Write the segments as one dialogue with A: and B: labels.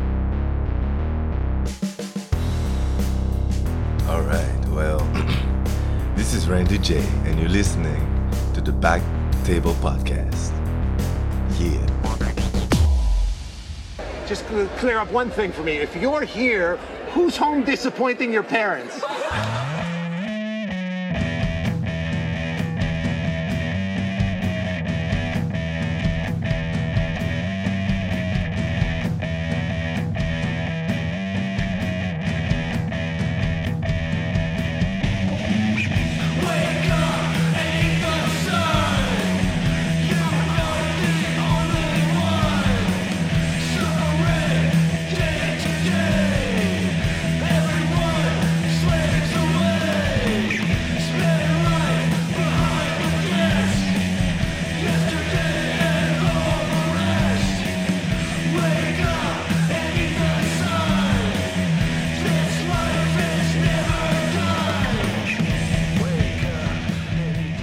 A: This is Randy J, and you're listening to the Back Table Podcast. Yeah.
B: Just to clear up one thing for me. If you're here, who's home disappointing your parents?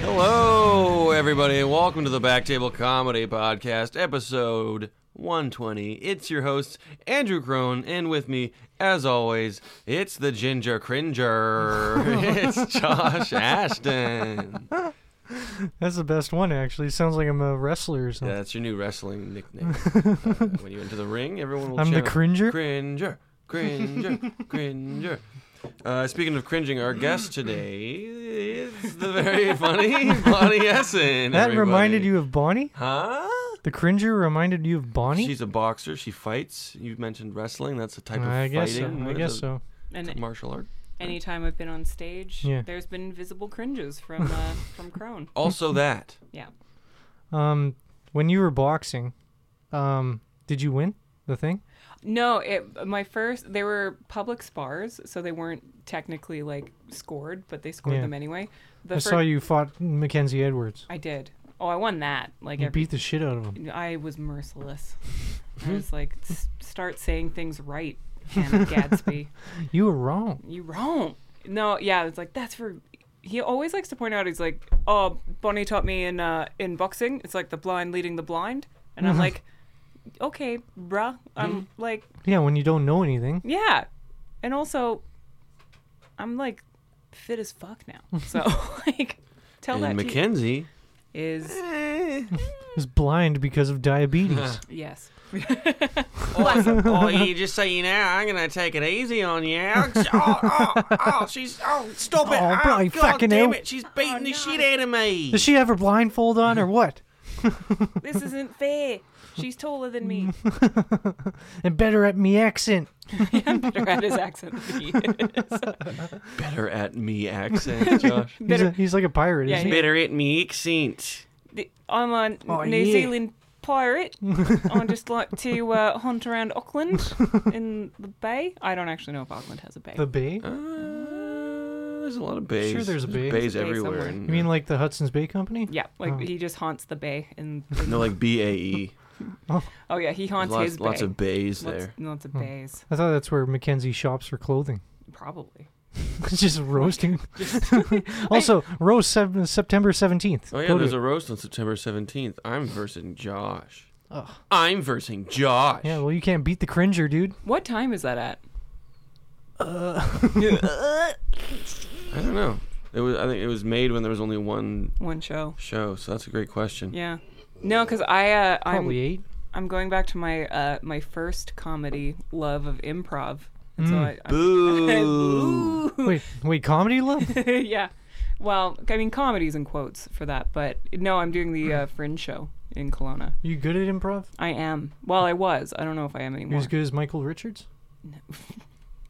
C: Hello, everybody, and welcome to the Back Table Comedy Podcast, episode 120. It's your host, Andrew Crone, and with me, as always, it's the Ginger Cringer. it's Josh Ashton.
D: That's the best one, actually. Sounds like I'm a wrestler or something.
C: That's your new wrestling nickname. Uh, when you enter the ring, everyone will
D: I'm the
C: shout,
D: Cringer?
C: Cringer, Cringer, Cringer. Uh, speaking of cringing, our guest today is the very funny Bonnie Essen.
D: that
C: everybody.
D: reminded you of Bonnie?
C: Huh?
D: The Cringer reminded you of Bonnie?
C: She's a boxer. She fights. You mentioned wrestling. That's a type of
D: I guess
C: fighting.
D: so. I
C: What is
D: guess
C: it?
D: so.
C: It's a
E: And
C: martial art.
E: anytime I've been on stage,
D: Yeah.
E: there's been visible cringes from uh, from Crone.
C: Also that.
E: Yeah,
D: Um, when you were boxing, um, did you win the thing?
E: no, it, my first they were public spars, so they weren't technically like scored, but they scored
D: Yeah.
E: them anyway. The
D: I
E: fir-
D: saw you fought Mackenzie Edwards.
E: I did. Oh, I won that. Like
D: You
E: every,
D: beat Hmm? the shit out of him.
E: I was merciless. I was like, "S- start saying things right, Hannah Gadsby.
D: You were wrong.
E: you wrong. No, yeah, it's like that's for. He always likes to point out. He's like, oh, Bonnie taught me in uh, in boxing. It's like the blind leading the blind, and I'm like, okay, bruh. I'm like,
D: Yeah, when you don't know anything.
E: yeah, and also, I'm like, fit as fuck now. So like, tell
C: And
E: that to
C: Mackenzie.
E: you is
D: Is blind because of diabetes.
E: yes.
C: oh, you just say you know I'm gonna take it easy on you. Oh, oh, oh, oh, she's oh, stop it!
D: Oh, bloody fucking hell. Oh,
C: She's beating the shit out of me.
D: Does she have her blindfold on or what?
E: This isn't fair. She's taller than me.
D: And better at me accent.
E: Better at his accent than he is.
C: Better at me accent, Josh.
D: He's, a, he's like a pirate,
E: Yeah,
D: isn't he?
E: he-
C: Better at me accent.
E: the- I'm a N-
D: Oh,
E: New
D: yeah.
E: Zealand pirate. I just like to uh, hunt around Auckland in the bay. I don't actually know if Auckland has a bay.
D: The bay?
C: Uh, there's a lot of bays.
D: Sure there's a bay.
C: Bays
E: Bay
C: everywhere.
E: somewhere.
C: and-
D: You mean like the Hudson's Bay Company?
E: yeah, like
D: Oh.
E: he just haunts the bay. And
C: no, like B A E.
E: oh yeah, he haunts
C: Lots,
E: his bay.
C: lots of bays
E: Lots-
C: there.
E: Lots
D: Hmm.
E: of bays,
D: I thought that's where Mackenzie shops for clothing.
E: probably.
D: just roasting. also, roast sev- September 17th.
C: Oh yeah,
D: Go to
C: there's a
D: it.
C: roast on September 17th. I'm versing Josh.
D: Ugh.
C: I'm versing Josh.
D: yeah, well, you can't beat the cringer, dude.
E: What time is that at?
C: I don't know. It was. I think it was made when there was only one
E: One show.
C: show. So that's a great question.
E: Yeah. No, because I uh, I'm
D: Probably eight.
E: I'm going back to my uh, my first comedy love of improv. And
D: Hmm.
E: so I, I'm,
C: Boo.
D: Wait, wait, comedy love?
E: yeah. Well, I mean, comedy's in quotes for that, but no, I'm doing the uh, Fringe show in Kelowna.
D: you good at improv?
E: I am. Well, I was. I don't know if I am
D: You
E: anymore.
D: as good as Michael Richards?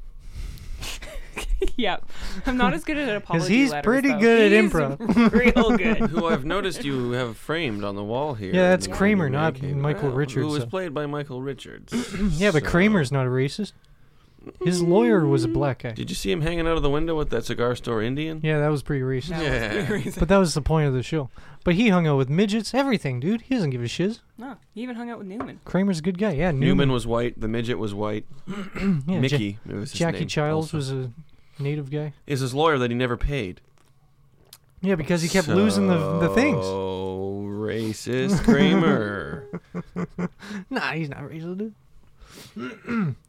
E: yeah, I'm not as good at apology.
D: he's
E: letters,
D: pretty
E: though.
D: good at
E: He's
D: improv.
E: Real good.
C: Who I've noticed you have framed on the wall here.
D: Yeah,
C: in
D: that's
C: the
D: Kramer,
C: Union
D: not
C: Cave.
D: Michael
C: Well,
D: Richards,
C: Who was
D: so-
C: played by Michael Richards.
D: Yeah, but
C: Mm. So-
D: Kramer's not a racist. His lawyer was a black guy.
C: Did you see him hanging out of the window with that cigar store Indian?
D: Yeah, that was pretty racist.
E: That was
C: Yeah.
E: the reason.
D: But that was the point of the show. But he hung out with midgets, everything, dude. He doesn't give a shiz.
E: No, he even hung out with Newman.
D: Kramer's a good guy. Yeah,
C: Newman
D: Newman.
C: was white. The midget was white.
D: yeah, Ja-
C: Mickey. it was his
D: Jackie
C: name
D: Childs
C: also.
D: was a native guy.
C: Is his lawyer that he never paid.
D: Yeah, because he kept losing the, the things.
C: Oh, racist Kramer.
D: Nah, he's not racist, dude.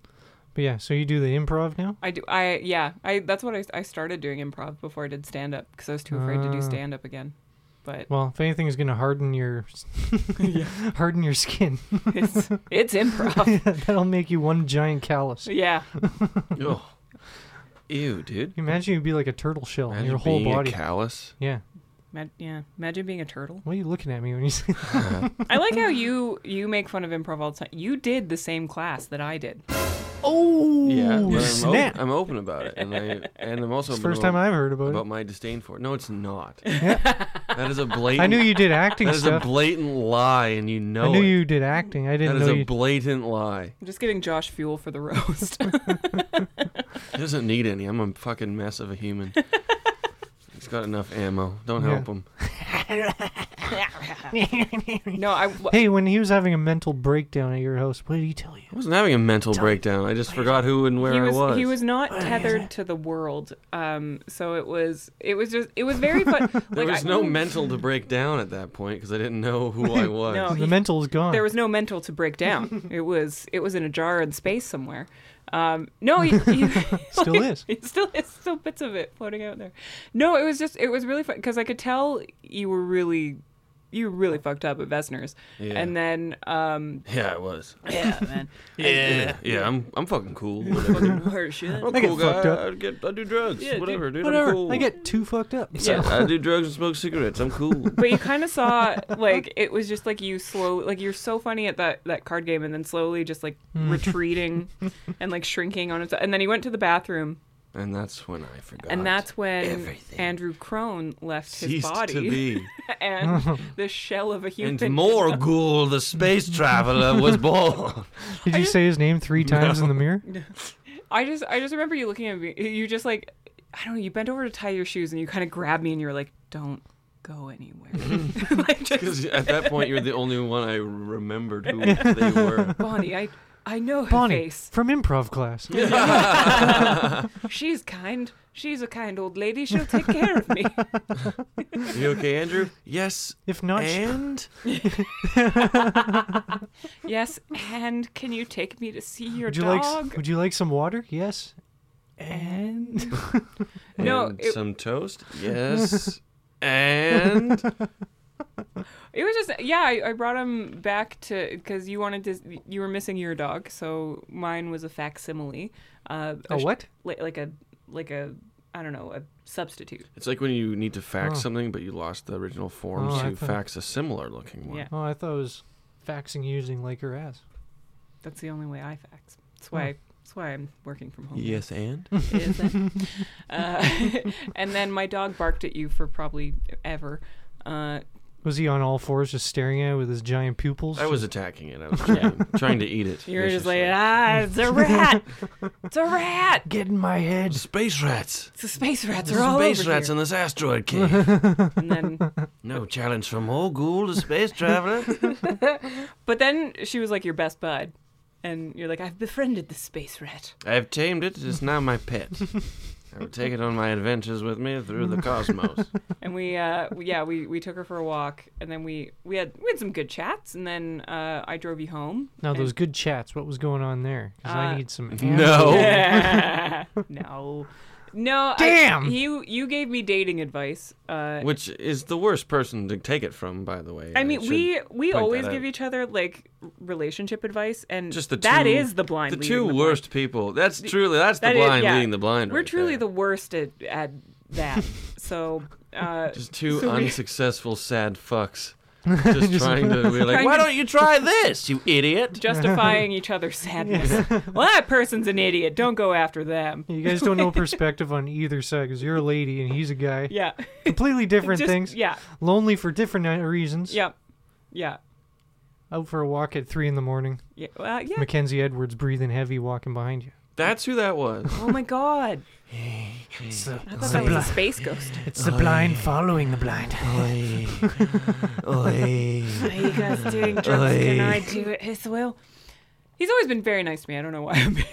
D: But But yeah, so you do the improv now?
E: I do. I yeah. I that's what I, I started doing improv before I did stand up because I was too afraid
D: Ah.
E: to do stand up again. But
D: Well, if anything is going to harden your harden your skin,
E: it's it's improv.
D: that'll make you one giant callus. Can
E: yeah.
C: Ugh. Ew, dude.
D: you Imagine you'd be like a turtle shell in
C: Imagine
D: your whole
C: being a
D: body.
C: callus.
D: yeah.
E: Ma- yeah. Imagine being a turtle.
D: What are you looking at me when you say that?
E: I like how you you make fun of improv all the time. You did the same class that I did.
D: Oh,
C: Yeah, but I'm, o-
D: snap!
C: I'm open about it, and I and I'm also
D: It's the
C: open
D: first
C: about,
D: time I've heard about,
C: about my disdain for it. No, it's not. That is a
D: it.
C: blatant.
D: I knew you did acting
C: That is a
D: stuff.
C: blatant lie, and you know
D: I knew
C: it.
D: you did acting. I
C: that
D: didn't
C: is
D: know
C: a
D: you.
C: blatant lie.
E: I'm just giving Josh fuel for the roast.
C: He doesn't need any. I'm a fucking mess of a human. He's got enough ammo. Don't
D: Yeah.
C: help him.
E: no, I w-
D: hey, when he was having a mental breakdown at your house, what did he tell you?
C: I wasn't having a mental breakdown. I just forgot who and where
E: he was,
C: I was.
E: he was not tethered to the world. Um, so it was it was just it was very fun.
C: there
E: like,
C: was
E: I-
C: no mental to break down at that point because I didn't know who I was.
E: No,
D: the
E: he,
D: mental is gone.
E: there was no mental to break down. it was it was in a jar in space somewhere. Um, no, he, he
D: Still is.
E: It still it's still bits of it floating out there. No, it was just it was really fun because I could tell you were really you were really fucked up at Vesner's,
C: Yeah.
E: and then um
C: Yeah, I was.
E: yeah man
C: Yeah, yeah. I'm I'm fucking cool. Whatever.
E: fucking hard shit.
C: I'm a
D: get
C: cool
D: fucked
C: guy.
D: up.
C: I get I do drugs.
E: Yeah, dude,
C: whatever, dude.
D: Whatever.
C: I'm cool.
D: I get too fucked up.
E: Yeah.
C: I do drugs and smoke cigarettes. I'm cool.
E: But you kind of saw like it was just like you slow like you're so funny at that that card game and then slowly just like
C: Hmm.
E: retreating and like shrinking on itself and then he went to the bathroom
C: and that's when I forgot.
E: and that's when
C: everything.
E: Andrew Crone left his
C: ceased
E: body
C: to be.
E: and the shell of a human
C: And Morgul, the space traveler, was born.
D: Did you say his name three times in the mirror?
E: I just I just remember you looking at me. You just like I don't know. You bent over to tie your shoes and you kind of grabbed me and you were like, "Don't go anywhere." like just
C: Because at that point, you were the only one I remembered who they were.
E: Bonnie, I I know her
D: Bonnie
E: face.
D: from improv class.
E: She's kind. She's a kind old lady. She'll take care of me.
C: You okay, Andrew? Yes.
D: If not, sh-
C: And
E: yes, and can you take me to see your
D: would you like
E: dog?
D: s- would you like some water? Yes. And
E: No,
C: And
E: it-
C: some toast. Yes. And
E: It was just yeah. I, I brought him back to because you wanted to. You were missing your dog, so mine was a facsimile. Uh,
D: a
E: sh-
D: what?
E: li- like a like a I don't know a substitute.
C: it's like when you need to fax
D: Oh.
C: something, but you lost the original form,
D: Oh,
C: so
D: I
C: you
D: thought-
C: fax a similar looking one.
E: Yeah.
D: Oh, I thought it was faxing using like her ass.
E: That's the only way I fax. That's why.
D: Oh.
E: That's why I'm working from home.
C: Oh, Yes, and
E: Is it? uh, and then my dog barked at you for probably ever. Uh,
D: Was he on all fours just staring at it with his giant pupils?
C: I was attacking it. I was trying, trying to eat it.
E: you were just
C: viciously.
E: like, ah, it's a rat. It's a rat.
D: get in my head.
C: space rats.
E: It's the space rats. They're all
C: Space
E: over
C: rats
E: here.
C: in this asteroid cave.
E: And then
C: no challenge from Morgul, the space traveler.
E: But then she was like your best bud, and you're like, I've befriended the space rat.
C: I have tamed it. It's now my pet. I will take it on my adventures with me through the cosmos.
E: And we, uh, we- yeah, we, we took her for a walk, and then we we had we had some good chats, and then uh, I drove you home.
D: Now those good chats. What was going on there? 'Cause I
E: Uh,
D: need some.
C: no.
D: ammo.
E: no, no, I-
D: Damn!
E: you you gave me dating advice. Uh,
C: Which is the worst person to take it from, by the way.
E: I mean,
C: should
E: we we
C: point
E: always
C: that
E: give
C: out.
E: each other like relationship advice, and
C: just the two,
E: that is the blind.
C: The
E: leading
C: two
E: blind.
C: worst people. That's truly that's
E: That
C: the
E: is-
C: blind
E: yeah.
C: leading the blind.
E: We're
C: right
E: truly the
C: there.
E: worst at at that. so. Uh,
C: just two
E: so we-
C: unsuccessful sad fucks. Just trying to be like,
E: Trying
C: why
E: to-
C: don't you try this, you idiot?
E: justifying each other's sadness. Well, that person's an idiot. Don't go after them.
D: You guys don't know perspective on either side because you're a lady and he's a guy.
E: Yeah.
D: Completely different
E: Just-
D: things.
E: Yeah.
D: Lonely for different uh, reasons.
E: Yeah. Yeah.
D: Out for a walk at three in the morning.
E: Yeah. Well, yeah.
D: Mackenzie Edwards breathing heavy, walking behind you.
C: That's who that was.
E: Oh my god.
D: It's the,
E: I thought that was a space ghost.
D: blind following the blind.
C: Oi. Oi.
E: Are you guys doing drugs? Can I do it as well? He's always been very nice to me. I don't know why. I'm being-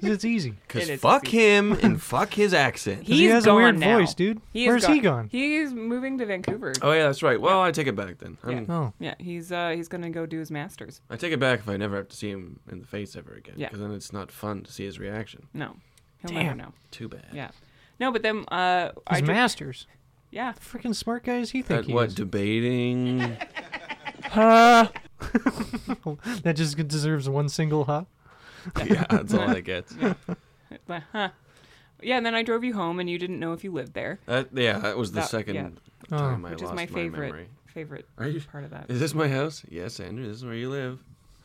D: 'Cause It's easy.
E: It
C: Because
E: is
C: fuck
E: easy.
C: him and fuck his accent.
E: He's
D: he has a
E: gone
D: weird
E: now.
D: voice, dude.
E: He is
D: Where's he gone?
E: He's moving to Vancouver.
C: oh yeah, that's right. Well, I take it back then. I'm,
D: Oh,
E: Yeah, he's uh he's gonna go do his masters.
C: I take it back if I never have to see him in the face ever again.
E: Yeah.
C: Because then it's not fun to see his reaction.
E: No, he'll
D: Damn.
E: never know.
C: Too bad.
E: Yeah, no, but then uh I
D: his
E: dr-
D: masters.
E: yeah
D: Freaking smart guy as he think
C: At
D: he
C: what
D: is.
C: debating?
D: that just deserves one single hop.
C: yeah, that's all I get.
E: Like, huh. Yeah, and then I drove you home, and you didn't know if you lived there,
C: That, yeah, that was the
E: That-
C: second
E: yeah. Oh.
C: time I
E: which
C: lost
E: is my favorite
C: memory.
E: favorite
C: Are you-
E: part of that.
C: Is this my house? Yes, Andrew. This is where you live.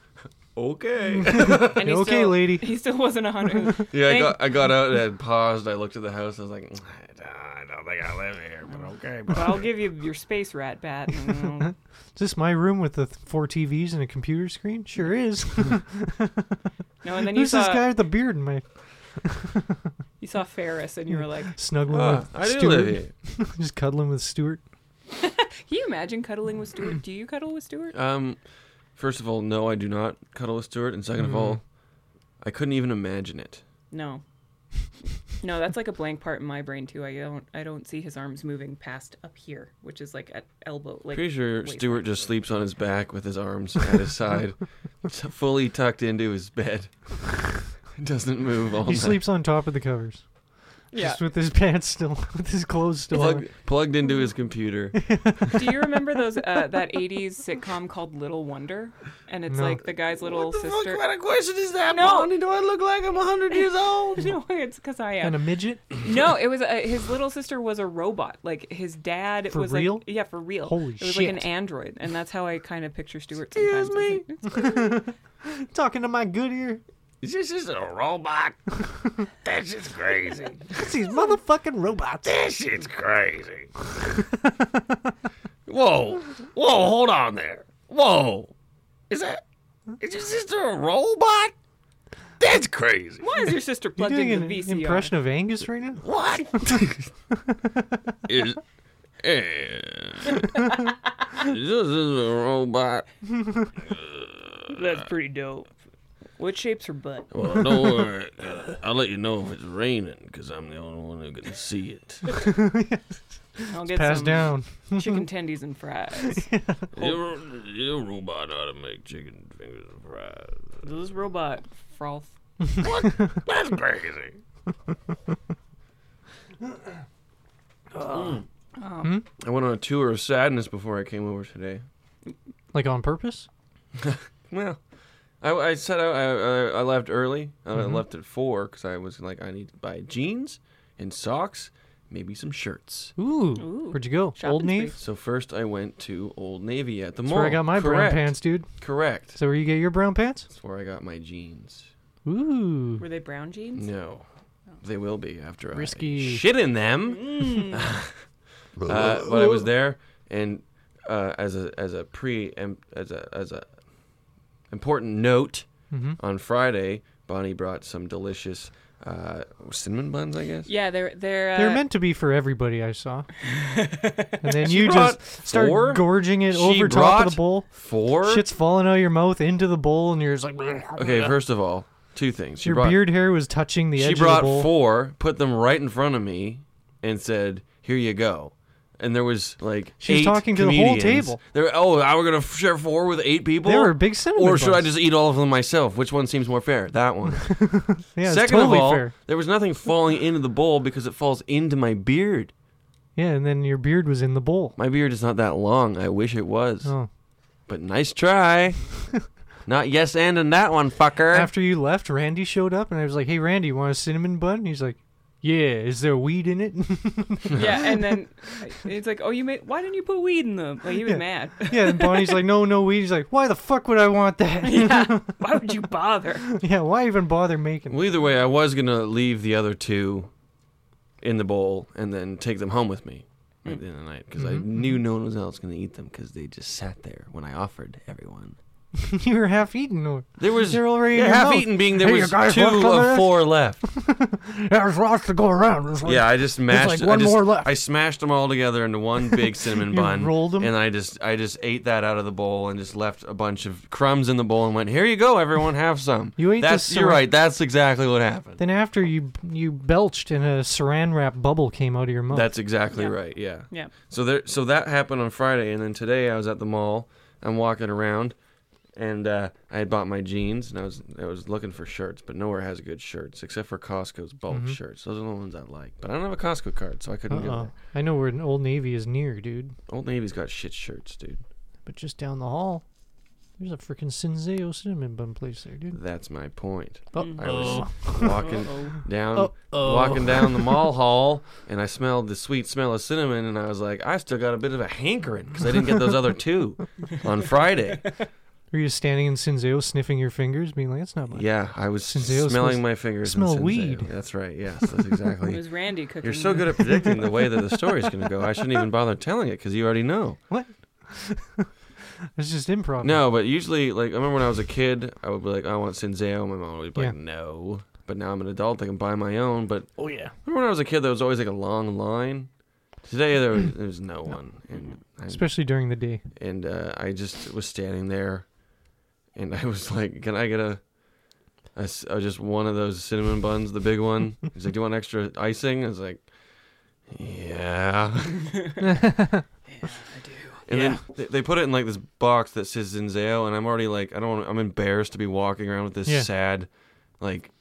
C: okay.
E: And he
D: Okay,
E: still-
D: lady.
E: He still wasn't a hundred.
C: yeah, I
E: Thank-
C: got I got out and paused. I looked at the house. I was like, "Mm, I don't think I live here, but okay.
E: but I'll give you your space rat bat. Mm.
D: Is this my room with the th- four TVs and a computer screen? Sure is.
E: No, and then you
D: Who's this guy
E: saw
D: with the beard in my
E: you saw Ferris, and you were like,
D: snuggling
E: Uh,
C: Ah,
D: with
C: I do
D: Stuart?
C: live here.
D: just cuddling with Stuart.
E: "Can you imagine cuddling with Stuart? Do you cuddle with Stuart?
C: Um, first of all, no, I do not cuddle with Stuart, and second of all, I couldn't even imagine it.
E: No, no, that's like a blank part in my brain too. I don't I don't see his arms moving past up here, which is like at elbow. Like
C: Pretty sure
E: waist.
C: Stuart just sleeps on his back with his arms at his side, t- fully tucked into his bed. Doesn't move all
D: He
C: night.
D: sleeps on top of the covers,
E: Yeah.
D: just with his pants still, with his clothes still. on.
C: Plug, plugged into his computer.
E: Do you remember those uh, that '80s sitcom called Little Wonder? And it's
D: No.
E: like the guy's little sister.
C: of question is that,
E: No. Bonnie?
C: Do I look like I'm 100 years old?
E: No, it's because I am.
D: And a midget.
E: No, it was uh, his little sister was a robot. Like his dad
D: For
E: was
D: real?
E: like yeah, for real.
D: Holy
E: It was like an
D: shit.
E: android, and that's how I kind of picture Stuart sometimes.
C: Excuse
E: It's like, it's-
D: Talking to my good ear.
C: Is this just a robot? That's just crazy.
D: It's these motherfucking robots.
C: This shit's crazy. Whoa. Whoa, hold on there. Whoa. Is that. Is your sister a robot? That's crazy.
E: Why is your sister
D: You
E: plugged
D: doing
E: into
D: an
E: VCR?
D: impression of Angus right now?
C: What? is, eh, this is a robot.
E: That's pretty dope. What shape's her butt?
C: Well, don't worry. Uh, I'll let you know if it's raining because I'm the only one who can see it.
E: I'll get
D: Pass
E: some
D: down.
E: chicken tendies and fries.
C: Your, your robot ought to make chicken fingers and fries.
E: this robot froth.
C: That's crazy. I went on a tour of sadness before I came over today.
D: Like on purpose?
C: Well, I, I set out. I, I, I left early. I
D: Mm-hmm.
C: left at four because I was like, I need to buy jeans and socks, maybe some shirts.
D: Ooh.
E: Ooh.
D: Where'd you go?
E: Shopping
D: Old
E: spree.
D: Nave?
C: So first, I went to Old Navy at the
D: That's
C: mall.
D: where I got my brown
C: Correct.
D: pants, dude.
C: Correct.
D: So where you get your brown pants?
C: That's where I got my jeans.
D: Ooh.
E: Were they brown jeans?
C: No, they will be after
D: Risky. Mm.
C: I shit in them. uh, but I was there, and uh, as a as a pre em- as a as a important note
D: Mm-hmm.
C: on Friday, Bonnie brought some delicious uh, cinnamon buns, I guess.
E: Yeah, they're they're uh,
D: They're meant to be for everybody, I saw. And then you
C: brought
D: just start
C: four?
D: gorging it
C: She
D: over top of
C: brought
D: the bowl.
C: Four.
D: Shit's falling out of your mouth into the bowl, and you're just like,
C: okay, first of all, two things. She
D: your
C: brought
D: beard hair was touching the
C: she
D: edge
C: brought
D: of the bowl.
C: four, put them right in front of me, and said, "Here you go." And there was like
D: She's
C: eight
D: talking to the whole
C: comedians.
D: table.
C: There, oh, I were gonna f- share four with eight people.
D: They were big cinnamon
C: Or should I
D: buns.
C: just eat all of them myself? Which one seems more fair? That one.
D: Yeah, it's
C: Second
D: totally
C: of all,
D: fair.
C: there was nothing falling into the bowl because it falls into my beard.
D: Yeah, and then your beard was in the bowl.
C: My beard is not that long. I wish it was.
D: Oh.
C: But nice try. not yes and in that one, fucker.
D: After you left, Randy showed up, and I was like, "Hey, Randy, you want a cinnamon bun?" And he's like, "Yeah, is there weed in it?"
E: yeah, and then it's like, oh, you made why didn't you put weed in them? Like he was mad.
D: yeah, and Bonnie's like, "No, no weed." He's like, "Why the fuck would I want that?" Yeah,
E: why would you bother?
D: why even bother making? it?
C: well, either way, I was gonna leave the other two in the bowl and then take them home with me at
D: Mm-hmm.
C: the end of the night because I knew no one was else gonna eat them because they just sat there when I offered everyone.
D: you were half eaten. Or
C: There was
D: They're already in
C: yeah,
D: your
C: half
D: mouth.
C: eaten being there
D: Hey, you
C: was
D: guys
C: two
D: want some of
C: of
D: this?
C: four left.
D: there's lots to go around. There's like-
C: yeah, I just
D: like
C: mashed I
D: one
C: just,
D: more left.
C: I smashed them all together into one big cinnamon
D: You
C: bun.
D: rolled 'em?
C: and I just I just ate that out of the bowl and just left a bunch of crumbs in the bowl and went, "Here you go, everyone, have some."
D: You ate the
C: That's you're
D: syrup.
C: right. That's exactly what happened.
D: Then after you you belched and a saran wrap bubble came out of your mouth.
C: That's exactly
E: Yeah.
C: right. Yeah.
E: Yeah.
C: So there, so that happened on Friday, and then today I was at the mall. I'm walking around, and uh, I had bought my jeans, and I was I was looking for shirts, but nowhere has good shirts except for Costco's bulk shirts. Those are the ones I like, but I don't have a Costco card, so I couldn't get
D: Mm-hmm. Uh-oh.
C: there.
D: Uh, I know where an Old Navy is near, dude.
C: Old Navy's got shit shirts, dude.
D: But just down the hall, there's a freaking Senseo cinnamon bun place there, dude.
C: That's my point. I
D: Oh,
C: was walking down,
D: Uh-oh.
C: walking down the mall hall, and I smelled the sweet smell of cinnamon, and I was like, I still got a bit of a hankering because I didn't get those other two on Friday.
D: were you standing in Senseo sniffing your fingers, being like, "That's not mine."
C: Yeah, I was smelling
D: Senseo smells-
C: my fingers. and
D: smell
C: Senseo.
D: weed.
C: That's right. Yes, that's
E: It
C: exactly.
E: was Randy cooking.
C: You're so good at predicting the way that the story's going to go. I shouldn't even bother telling it because you already know.
D: What? it's just improv.
C: No, but usually, like, I remember when I was a kid, I would be like, I want Senseo. My mom would be like,
D: Yeah.
C: no. But now I'm an adult, I can buy my own. But
D: Oh yeah.
C: remember when I was a kid, there was always like a long line. Today there was, there was no one, and I,
D: Especially during the day.
C: and uh, I just was standing there, and I was like, "Can I get a, a s- a- just one of those cinnamon buns, the big one?" He's like, "Do you want extra icing?" I was like, "Yeah." And then they, they put it in like this box that says Zinzeo, and I'm already like, I don't, wanna, I'm embarrassed to be walking around with this
D: Yeah.
C: sad, like,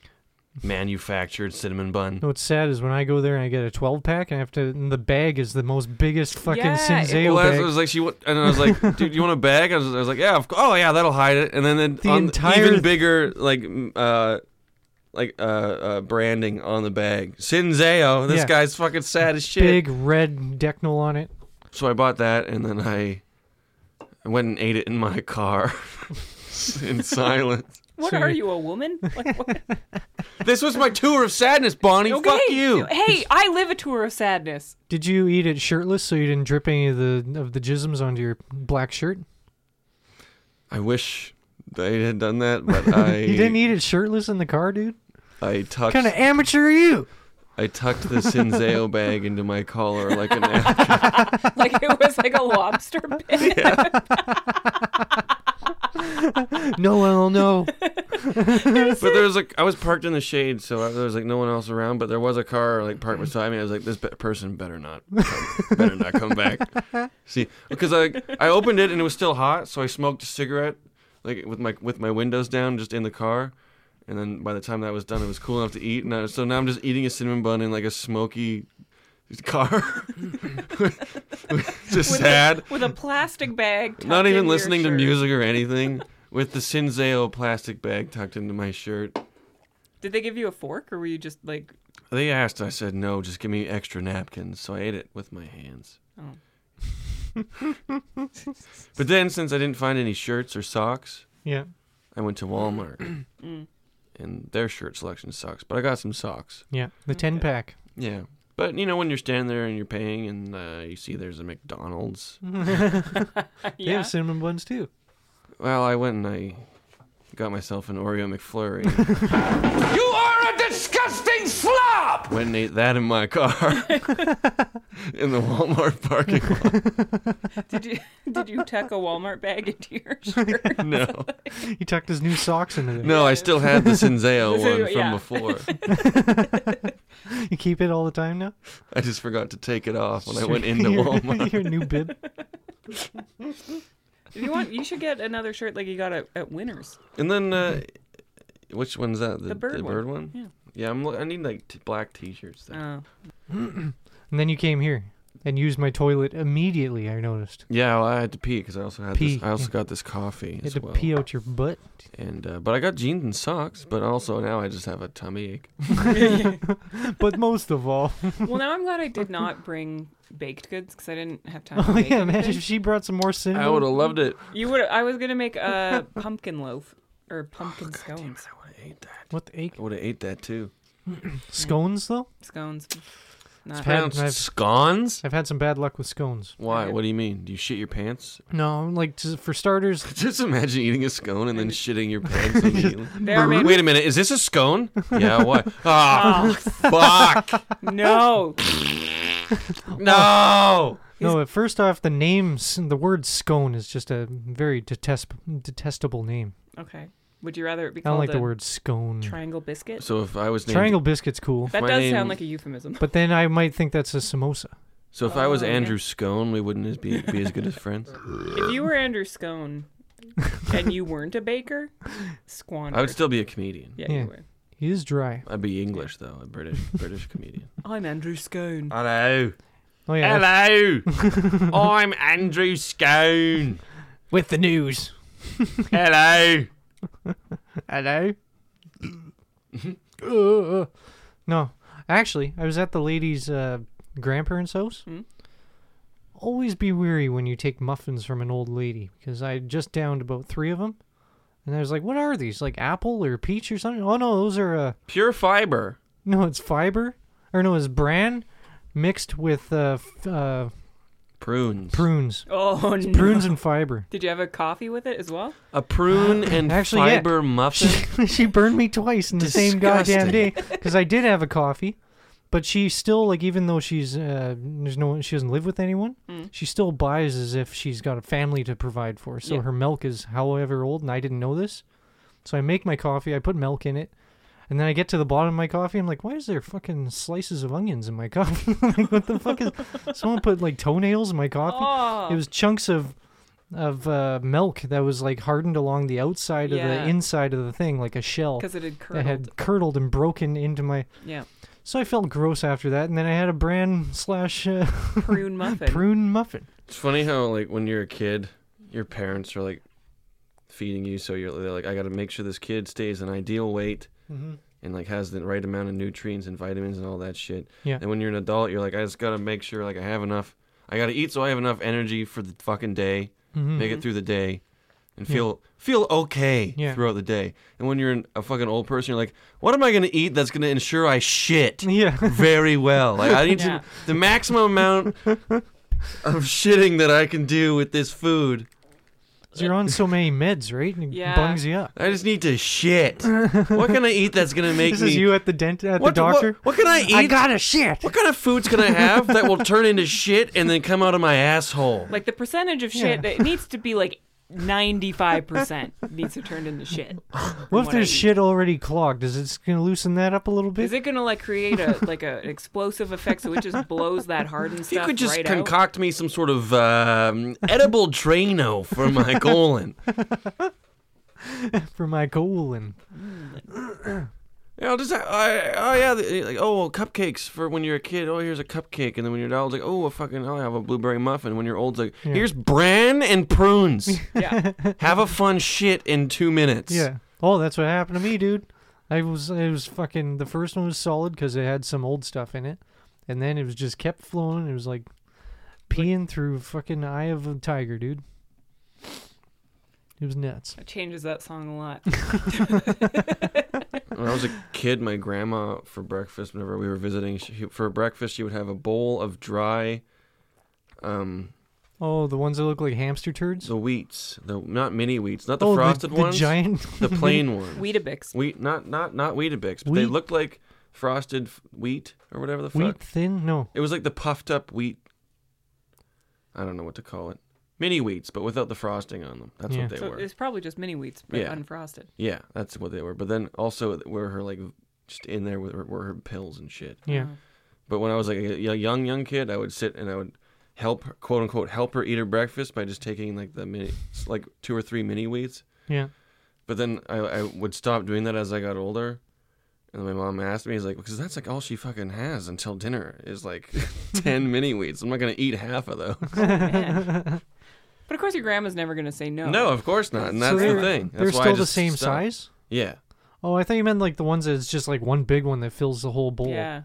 C: manufactured cinnamon bun.
D: No, what's sad is when I go there and I get a 12 pack and I have to. And the bag is the most biggest fucking
E: Yeah, it-
D: Senseo
C: Well, that's-
D: bag.
C: it was like she wa- and I was like, "Dude, you want a bag?" I was, I was like, "Yeah, of cou- oh yeah, that'll hide it." And then, then
D: The
C: on
D: entire-
C: even bigger like m- uh like uh, uh branding on the bag, Sinzeo. This
D: Yeah.
C: guy's fucking sad as shit.
D: Big red decknel on it.
C: So I bought that, and then I I went and ate it in my car in silence.
E: What
D: So
E: are
D: you-
E: you, a woman? Like, what?
C: This was my tour of sadness, Bonnie. Fuck
E: Okay.
C: you.
E: Hey, I live a tour of sadness.
D: Did you eat it shirtless so you didn't drip any of the of the jisms onto your black shirt?
C: I wish they had done that, but I
D: You didn't e- eat it shirtless in the car, dude.
C: I
D: What
C: tucked
D: kind of amateur are you?
C: I tucked the Sinzeo bag into my collar like an.
E: Like it was like a lobster pit.
D: No one will know.
C: But there was like I was parked in the shade, so I, there was like no one else around. But there was a car like parked beside me. I was like, this be- person better not, come, better not come back. See, because I I opened it and it was still hot, so I smoked a cigarette like with my with my windows down, just in the car. And then by the time that was done, it was cool enough to eat. And I, so now I'm just eating a cinnamon bun in like a smoky car, just sad.
E: With a plastic bag. tucked
C: Not even
E: into your
C: listening to
E: shirt.
C: music or anything. With the Sinzeo plastic bag tucked into my shirt.
E: Did they give you a fork or were you just like
C: They asked, I said no, just give me extra napkins. So I ate it with my hands.
E: Oh.
C: but then, since I didn't find any shirts or socks,
D: Yeah.
C: I went to Walmart. and their shirt selection sucks, but I got some socks.
D: Yeah. The 10 pack.
C: Yeah. But you know, when you're standing there and you're paying and uh, you see there's a McDonald's.
D: They
E: yeah.
D: have cinnamon buns too.
C: Well, I went and I got myself an Oreo McFlurry. you are a disgusting slob! Went and ate that in my car in the Walmart parking lot.
E: Did you did you tuck a Walmart bag into your shirt?
C: No.
D: He tucked his new socks into there.
C: No, I still had the Senzeo
E: The
C: one
E: Senzeo,
C: from
E: yeah.
C: before.
D: You keep it all the time now?
C: I just forgot to take it off when I went into
D: Your-
C: Walmart.
D: your new bib.
E: If you want, you should get another shirt like you got at, at Winners.
C: And then, uh, which one's that? The,
E: bird one.
C: one?
E: Yeah.
C: Yeah, I'm. lo- I need like t- black T-shirts. Though.
E: Oh.
D: And then you came here and used my toilet immediately, I noticed.
C: yeah, well, I had to pee because I also had
D: Pee,
C: this. I also
D: yeah.
C: got this coffee
D: You
C: as
D: had to
C: well.
D: pee out your butt.
C: And uh, but I got jeans and socks. But also now I just have a tummy ache.
D: But most of all,
E: Well, now I'm glad I did not bring baked goods because I didn't have time.
D: oh
E: to bake
D: yeah, imagine
E: anything.
D: if she brought some more cinnamon.
C: I would have loved it.
E: You would. I was gonna make a pumpkin loaf
D: Oh,
E: or pumpkin scones.
C: I would have ate that.
D: What the ache?
C: I would have ate that too.
D: Scones though?
E: Scones.
D: It's
E: Not-
D: bad,
C: Pronounced
D: and I've,
C: scones?
D: I've had some bad luck with scones.
C: Why? What do you mean? Do you shit your pants?
D: No, like to, for starters,
C: Just imagine eating a scone and then shitting your pants immediately.
E: They're made-
C: Wait a minute, is this a scone? yeah, what? Ah, fuck!
E: No.
C: No!
D: no. At first off, the names, the word scone is just a very detest, detestable name.
E: Okay. Would you rather it be
D: I
E: called
D: don't like
E: a
D: the word scone.
E: triangle biscuit?
C: So if I was named,
D: Triangle biscuit's cool,
E: That
C: My
E: does
C: name-
E: sound like a euphemism.
D: but then I might think that's a samosa.
C: so if I was
E: Oh, okay.
C: Andrew Scone, we wouldn't as- be be as good as friends.
E: If you were Andrew Scone and you weren't a baker, squandered.
C: I would still be a comedian.
E: Yeah,
D: Yeah.
E: you would.
D: He is dry.
C: I'd be English though, a British British comedian.
E: I'm Andrew Scone.
C: Hello,
D: Oh yeah, that's-
C: hello. I'm Andrew Scone.
D: with the news.
C: Hello.
D: Hello. Uh, no, actually, I was at the lady's uh, grandparents' house. Always be wary when you take muffins from an old lady because I just downed about three of them, and I was like, "What are these? Like apple or peach or something?" Oh no, those are uh,
C: Pure fiber.
D: no, it's fiber or no, it's bran mixed with uh, f- uh,
C: Prunes.
D: prunes,
E: Oh, no.
D: prunes and fiber.
E: Did you have a coffee with it as well?
C: a prune and
D: Actually, yeah.
C: fiber muffin.
D: she burned me twice in the same goddamn
C: Disgusting.
D: day because I did have a coffee, but she still like even though she's uh, there's no she doesn't live with anyone, she still buys as if she's got a family to provide for. So
E: Yeah.
D: her milk is however old, and I didn't know this. So I make my coffee, I put milk in it, and then I get to the bottom of my coffee. I'm like, why is there fucking slices of onions in my coffee? like, what the fuck is? Someone put like toenails in my coffee.
E: Oh.
D: It was chunks of of uh, milk that was like hardened along the outside of
E: Yeah.
D: the inside of the thing, like a shell
E: Because it had curdled.
D: that had curdled and broken into my.
E: Yeah.
D: So I felt gross after that, and then I had a bran slash uh,
E: Prune muffin.
D: prune muffin.
C: It's funny how like when you're a kid, your parents are like feeding you, so you're they're like, I got to make sure this kid stays an ideal weight
D: Mm-hmm.
C: and like has the right amount of nutrients and vitamins and all that shit.
D: Yeah.
C: And when you're an adult, you're like, I just gotta make sure like I have enough. I gotta eat so I have enough energy for the fucking day,
D: Mm-hmm.
C: make it through the day, and feel feel okay
D: Yeah.
C: throughout the day. And when you're an, a fucking old person, you're like, what am I gonna eat that's gonna ensure I shit?
D: Yeah.
C: very well. Like I need
E: Yeah.
C: to the maximum amount of shitting that I can do with this food.
D: 'Cause you're on so many meds, right? And it
E: Yeah.
D: bungs you up.
C: I just need to shit. what can I eat that's gonna make
D: This
C: me?
D: is you at the dent at
C: what,
D: the doctor.
C: What, what can I eat?
D: I got a shit.
C: what kind of foods can I have that will turn into shit and then come out of my asshole?
E: Like the percentage of
D: Yeah.
E: shit that it needs to be like 95% needs to turn into shit. from
D: What if
E: I
D: there's
E: eat.
D: shit already clogged? Is it gonna loosen that up a little bit?
E: Is it gonna like create a like a, an explosive effect so it just blows that hardened
C: you
E: stuff
C: could just
E: right out?
C: concoct me some sort of um, edible Drano for my colon.
D: for my colon?
C: Yeah, I'll just I, I, oh yeah, the- like oh well, cupcakes for when you're a kid. Oh, here's a cupcake, and then when you're adult, it's like oh, a fucking I'll have a blueberry muffin. When you're old, it's like here's bran and prunes.
E: Yeah.
C: have a fun shit in two minutes.
D: Yeah. Oh, that's what happened to me, dude. I was it was fucking the first one was solid because it had some old stuff in it, and then it was just kept flowing. It was like peeing through fucking eye of a tiger, dude. It was nuts.
E: It changes that song a lot.
C: When I was a kid, my grandma for breakfast, whenever we were visiting, she, for breakfast she would have a bowl of dry, um,
D: Oh, the ones that look like hamster turds.
C: the wheats, the not mini wheats, not the
D: oh,
C: frosted
D: the,
C: ones,
D: The giant.
C: the plain ones.
E: Weetabix.
C: Wheat, not not not Weetabix, but they
D: Wheat?
C: looked like frosted f- wheat or whatever the fuck.
D: Wheat thin? No.
C: It was like the puffed up wheat. I don't know what to call it. Mini wheats, but without the frosting on them. That's
D: Yeah.
C: what they
E: So
C: were.
E: it's probably just mini wheats, but
C: Yeah.
E: unfrosted.
C: Yeah, that's what they were. But then also were her like just in there with her, were her pills and shit.
D: Yeah.
C: But when I was like a y- young young kid, I would sit and I would help her, quote unquote help her eat her breakfast by just taking like the mini like two or three mini wheats.
D: Yeah.
C: But then I, I would stop doing that as I got older. And then my mom asked me, "Is like, because that's like all she fucking has until dinner is like 10 mini wheats. I'm not going to eat half of those.
E: Man. but of course, your grandma's never gonna say no.
C: No, of course not. And that's
D: they're,
C: the thing. That's
D: They're
C: why I
D: still the
C: just
D: same
C: stopped.
D: size.
C: Yeah.
D: Oh, I thought you meant like the ones that's just like one big one that fills the whole bowl.
E: Yeah.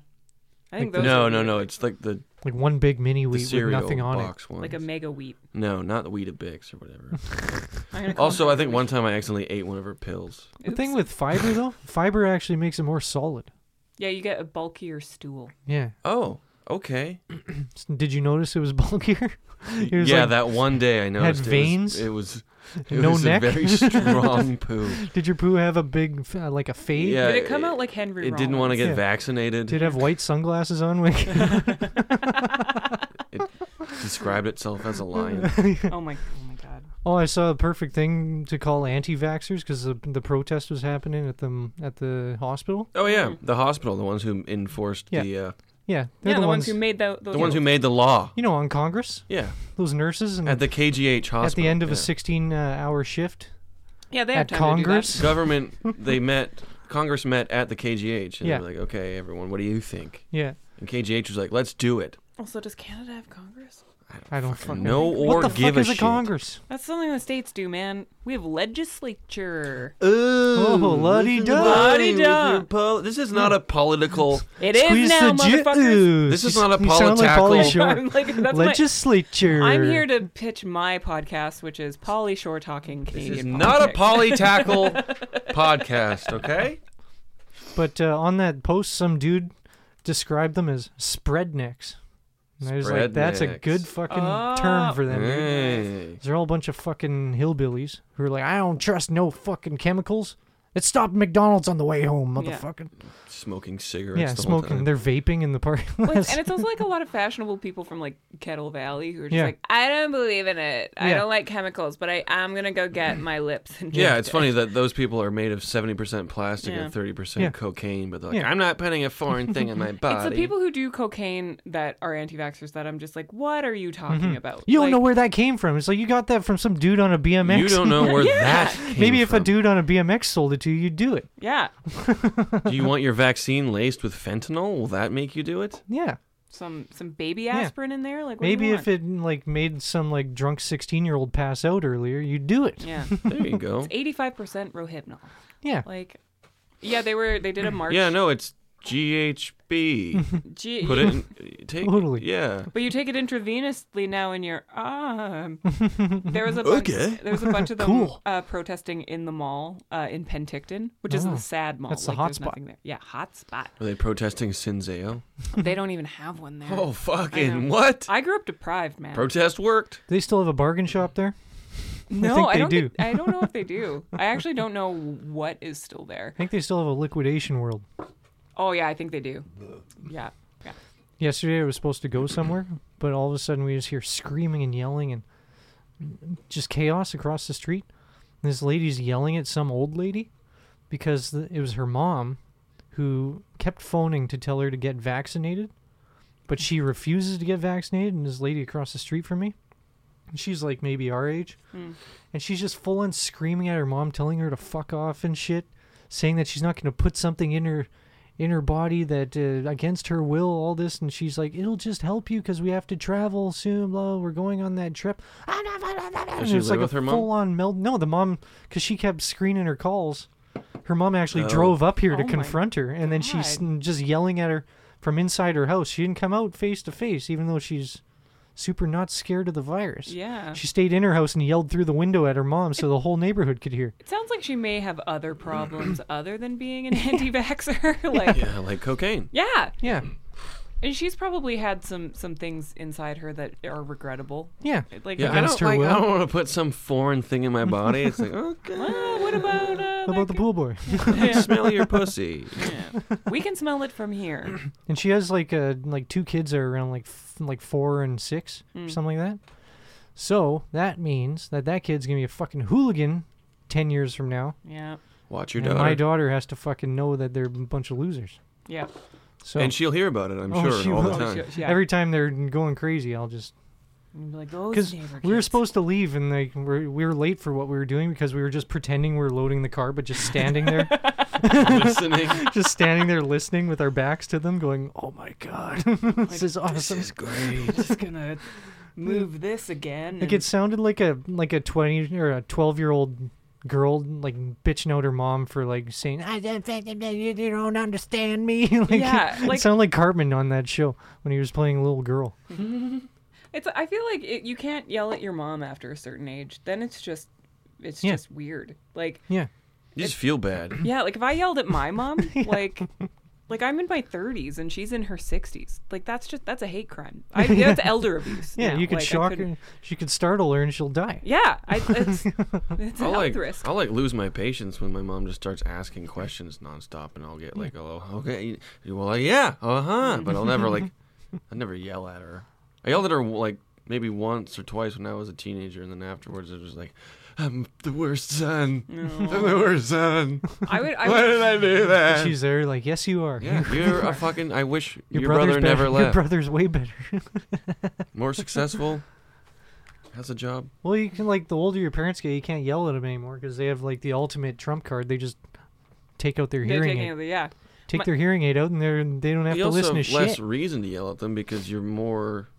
E: I think
D: Like
E: those.
C: No,
E: are
C: no,
E: weird.
C: no. It's like the,
D: Like one big mini
C: the
D: wheat with
C: cereal
D: nothing on
C: box one.
E: Like a mega wheat.
C: no, not the Weetabix or whatever.
E: I'm gonna call
C: also,
E: them
C: I think one time I accidentally ate one of her pills.
D: it. The thing
E: Oops.
D: with fiber though, fiber actually makes it more solid.
E: Yeah, you get a bulkier stool.
D: Yeah.
C: Oh. Okay.
D: Did you notice it was bulkier? It was
C: yeah,
D: like-
C: that one day I noticed it was-
D: veins?
C: It was, it was,
D: No neck?
C: a very strong poo.
D: Did your poo have a big, f- uh, like a fade?
C: Yeah,
E: Did it come out like Henry?
C: It didn't want to get
E: Rollins?
D: Yeah.
C: vaccinated.
D: Did it have white sunglasses on? When
C: Described itself as a lion.
E: Oh my! Oh my god!
D: oh, I saw a perfect thing to call anti-vaxxers because the, the protest was happening at the at the hospital.
C: Oh yeah, the hospital, the ones who enforced
D: Yeah.
C: the uh,
D: Yeah, they're
E: Yeah, the, ones, who made tho- those.
C: the ones who made the law.
D: you know on Congress
C: Yeah,
D: those nurses and
C: at the KGH hospital.
D: at the end of
C: yeah.
D: a 16-hour shift.
E: Yeah, they have
D: at
E: time
D: Congress?
E: To do
C: government, they met. Congress met at the KGH, and
D: Yeah.
C: they were like, "Okay, everyone, what do you think?"
D: Yeah,
C: And KGH was like, "Let's do it."
E: that. Also, does Canada have Congress?
D: I don't fucking
C: No or
D: what the
C: give
D: fuck
C: a
D: is a
C: shit.
D: Congress?
E: That's something the states do, man. We have legislature.
D: Oh, bloody
E: la-di-da.
C: This is not a political.
E: It is now, motherfuckers.
C: This is not a
D: you sound like
C: politackle.
D: Pauly
C: Oh,
D: Shore.
E: I'm like, that's my-
D: Legislature.
E: I'm here to pitch my podcast, which is Polly Shore talking Canadian.
C: This is not a
E: politics.
C: poly tackle podcast, okay?
D: But uh, on that post, some dude described them as spread necks. And I was like, that's a
C: Spreadnecks.
D: good fucking term for them.
C: Oh.
D: dude.
C: Hey.
D: They're all a bunch of fucking hillbillies who are like, I don't trust no fucking chemicals. It stopped McDonald's on the way home,
E: Yeah.
D: motherfucker.
C: Smoking cigarettes.
D: Yeah,
C: the whole
D: smoking.
C: time.
D: They're vaping in the park.
E: Well, it's- and it's also like a lot of fashionable people from like Kettle Valley who are just
D: Yeah.
E: like, I don't believe in it. I
D: Yeah.
E: don't like chemicals, but I am gonna go get my lips. And
C: Yeah,
E: just
C: it's
E: do
C: funny
E: it."
C: that those people are made of 70% plastic
E: Yeah.
C: and 30%
D: Yeah.
C: cocaine, but they're like,
D: Yeah.
C: I'm not putting a foreign thing in my body.
E: It's the people who do cocaine that are anti-vaxxers that I'm just like, what are you talking about?
D: Mm-hmm. You don't
E: Like,
D: know where that came from. It's like you got that from some dude on a BMX.
C: you don't know where that came
D: Maybe if a
C: from.
D: dude on a BMX sold it to you, you'd do it.
E: Yeah,
C: Do you want your vaccine laced with fentanyl? Will that make you do it?
D: Yeah.
E: some some baby aspirin in there. Like what do you
D: Maybe if
E: want?
D: it like made some like drunk sixteen year old pass out earlier, you'd do it.
E: yeah,
C: There you go.
E: eighty-five percent Rohypnol.
D: Yeah.
E: Like, yeah, they were they did a march.
C: Yeah, no, it's GHB.
E: Gee,
C: Put it in. Take,
D: Totally.
C: Yeah.
E: But you take it intravenously now in your arm. There was a bunch,
C: Okay.
E: There was a bunch of them
D: Cool.
E: uh, protesting in the mall uh, in Penticton, which is
D: Oh,
E: the sad mall.
D: that's the
E: like,
D: hot
E: there's
D: spot.
E: nothing there. Yeah, hot spot.
C: Are they protesting Sinzeo?
E: they don't even have one there.
C: Oh, fucking
E: know.
C: what?
E: I grew up deprived, man.
C: Protest worked.
D: They still have a bargain shop there.
E: no,
D: think
E: I
D: they
E: don't.
D: do.
E: think- I don't know if they do. I actually don't know what is still there.
D: I think they still have a liquidation world.
E: Oh yeah, I think they do. Yeah, yeah.
D: Yesterday I was supposed to go somewhere, but all of a sudden we just hear screaming and yelling and just chaos across the street. And this lady's yelling at some old lady because th- it was her mom who kept phoning to tell her to get vaccinated, but she refuses to get vaccinated. And this lady across the street from me, and she's like maybe our age,
C: Hmm.
D: and she's just full on screaming at her mom, telling her to fuck off and shit, saying that she's not going to put something in her in her body that uh, against her will all this and she's like it'll just help you because we have to travel soon blah we're going on that trip and
C: she
D: it was
C: live
D: like
C: with
D: a
C: her mom?
D: full-on melt no the mom because she kept screening her calls her mom actually
C: Oh.
D: drove up here
E: Oh
D: to
E: my
D: confront her and then she's just yelling at her from inside her house she didn't come out face to face even though she's super not scared of the virus
E: Yeah.
D: she stayed in her house and yelled through the window at her mom so the whole neighborhood could hear
E: It sounds like she may have other problems other than being an anti-vaxxer. like, yeah.
C: Yeah, like cocaine.
D: yeah
E: and she's probably had some some things inside her that are regrettable.
D: yeah
E: Like,
C: Yeah, I
D: Against
C: don't,
D: her
C: like, I
D: will?
C: don't want to put some foreign thing in my body. It's like, "Oh, okay,
E: "Ah, what about
D: How
E: uh,
D: about the
E: that
D: pool boy
C: smell your pussy.
E: guy? We can smell it from here.
D: and she has like uh like two kids that are around like f- like four and six
E: Hmm.
D: or something like that. So that means that that kid's gonna be a fucking hooligan ten years from now,
E: Yeah,
C: Watch your
D: and my
C: daughter.
D: daughter has to fucking know that they're a bunch of losers.
E: yeah.
D: So
C: And she'll hear about it, I'm
D: Oh,
C: sure,
D: she
C: all the
D: will.
C: time.
E: She- she- yeah.
D: every time they're going crazy, I'll just
E: And be like those
D: because
E: neighbor
D: we were
E: kids."
D: supposed to leave and like we're, we were late for what we were doing because we were just pretending we were loading the car, but just standing there,
C: Listening.
D: just standing there listening with our backs to them, going, "Oh my god, this is awesome."
C: great.
E: just gonna move this again.
D: Like it sounded like a like a twenty or a twelve year old girl like bitching out her mom for like saying I don't think that you you don't understand me. like,
E: Yeah,
D: it
E: like-
D: sounded like Cartman on that show when he was playing a little girl.
E: it's. I feel like it, you can't yell at your mom after a certain age. Then it's just, it's
D: Yeah.
E: just weird. Like
D: Yeah,
C: You just feel bad.
E: yeah, like if I yelled at my mom, like Like I'm in my 30s and she's in her 60s. Like that's just that's a hate crime. I, That's elder abuse.
D: Yeah,
E: now.
D: you could
E: Like, I
D: shock
E: couldn't-
D: her. She could startle her, and she'll die.
E: Yeah, I, it's, it's a
C: I'll
E: health
C: like,
E: risk.
C: I'll like lose my patience when my mom just starts asking questions nonstop, and I'll get like, oh, okay, you- well, like, yeah, uh huh, but I'll never like, I never yell at her. I yelled at her like maybe once or twice when I was a teenager, and then afterwards it was like, I'm the worst son, I'm the worst son.
E: I would. I
C: Why
E: would
C: did I do that?
D: She's there, like, yes, you are.
C: yeah, you're a fucking. I wish your,
D: Your, brother's
C: brother
D: better.
C: never
D: Your
C: left.
D: brother's way better.
C: More successful, has a job.
D: well, you can like the older your parents get, you can't yell at them anymore because they have like the ultimate trump card. They just take out their
E: they're
D: hearing
E: taking
D: aid,
E: it, yeah.
D: take
E: my-
D: their hearing aid out, and they're they don't have
C: you
D: to
C: also
D: listen to
C: have less
D: shit.
C: reason to yell at them because you're more.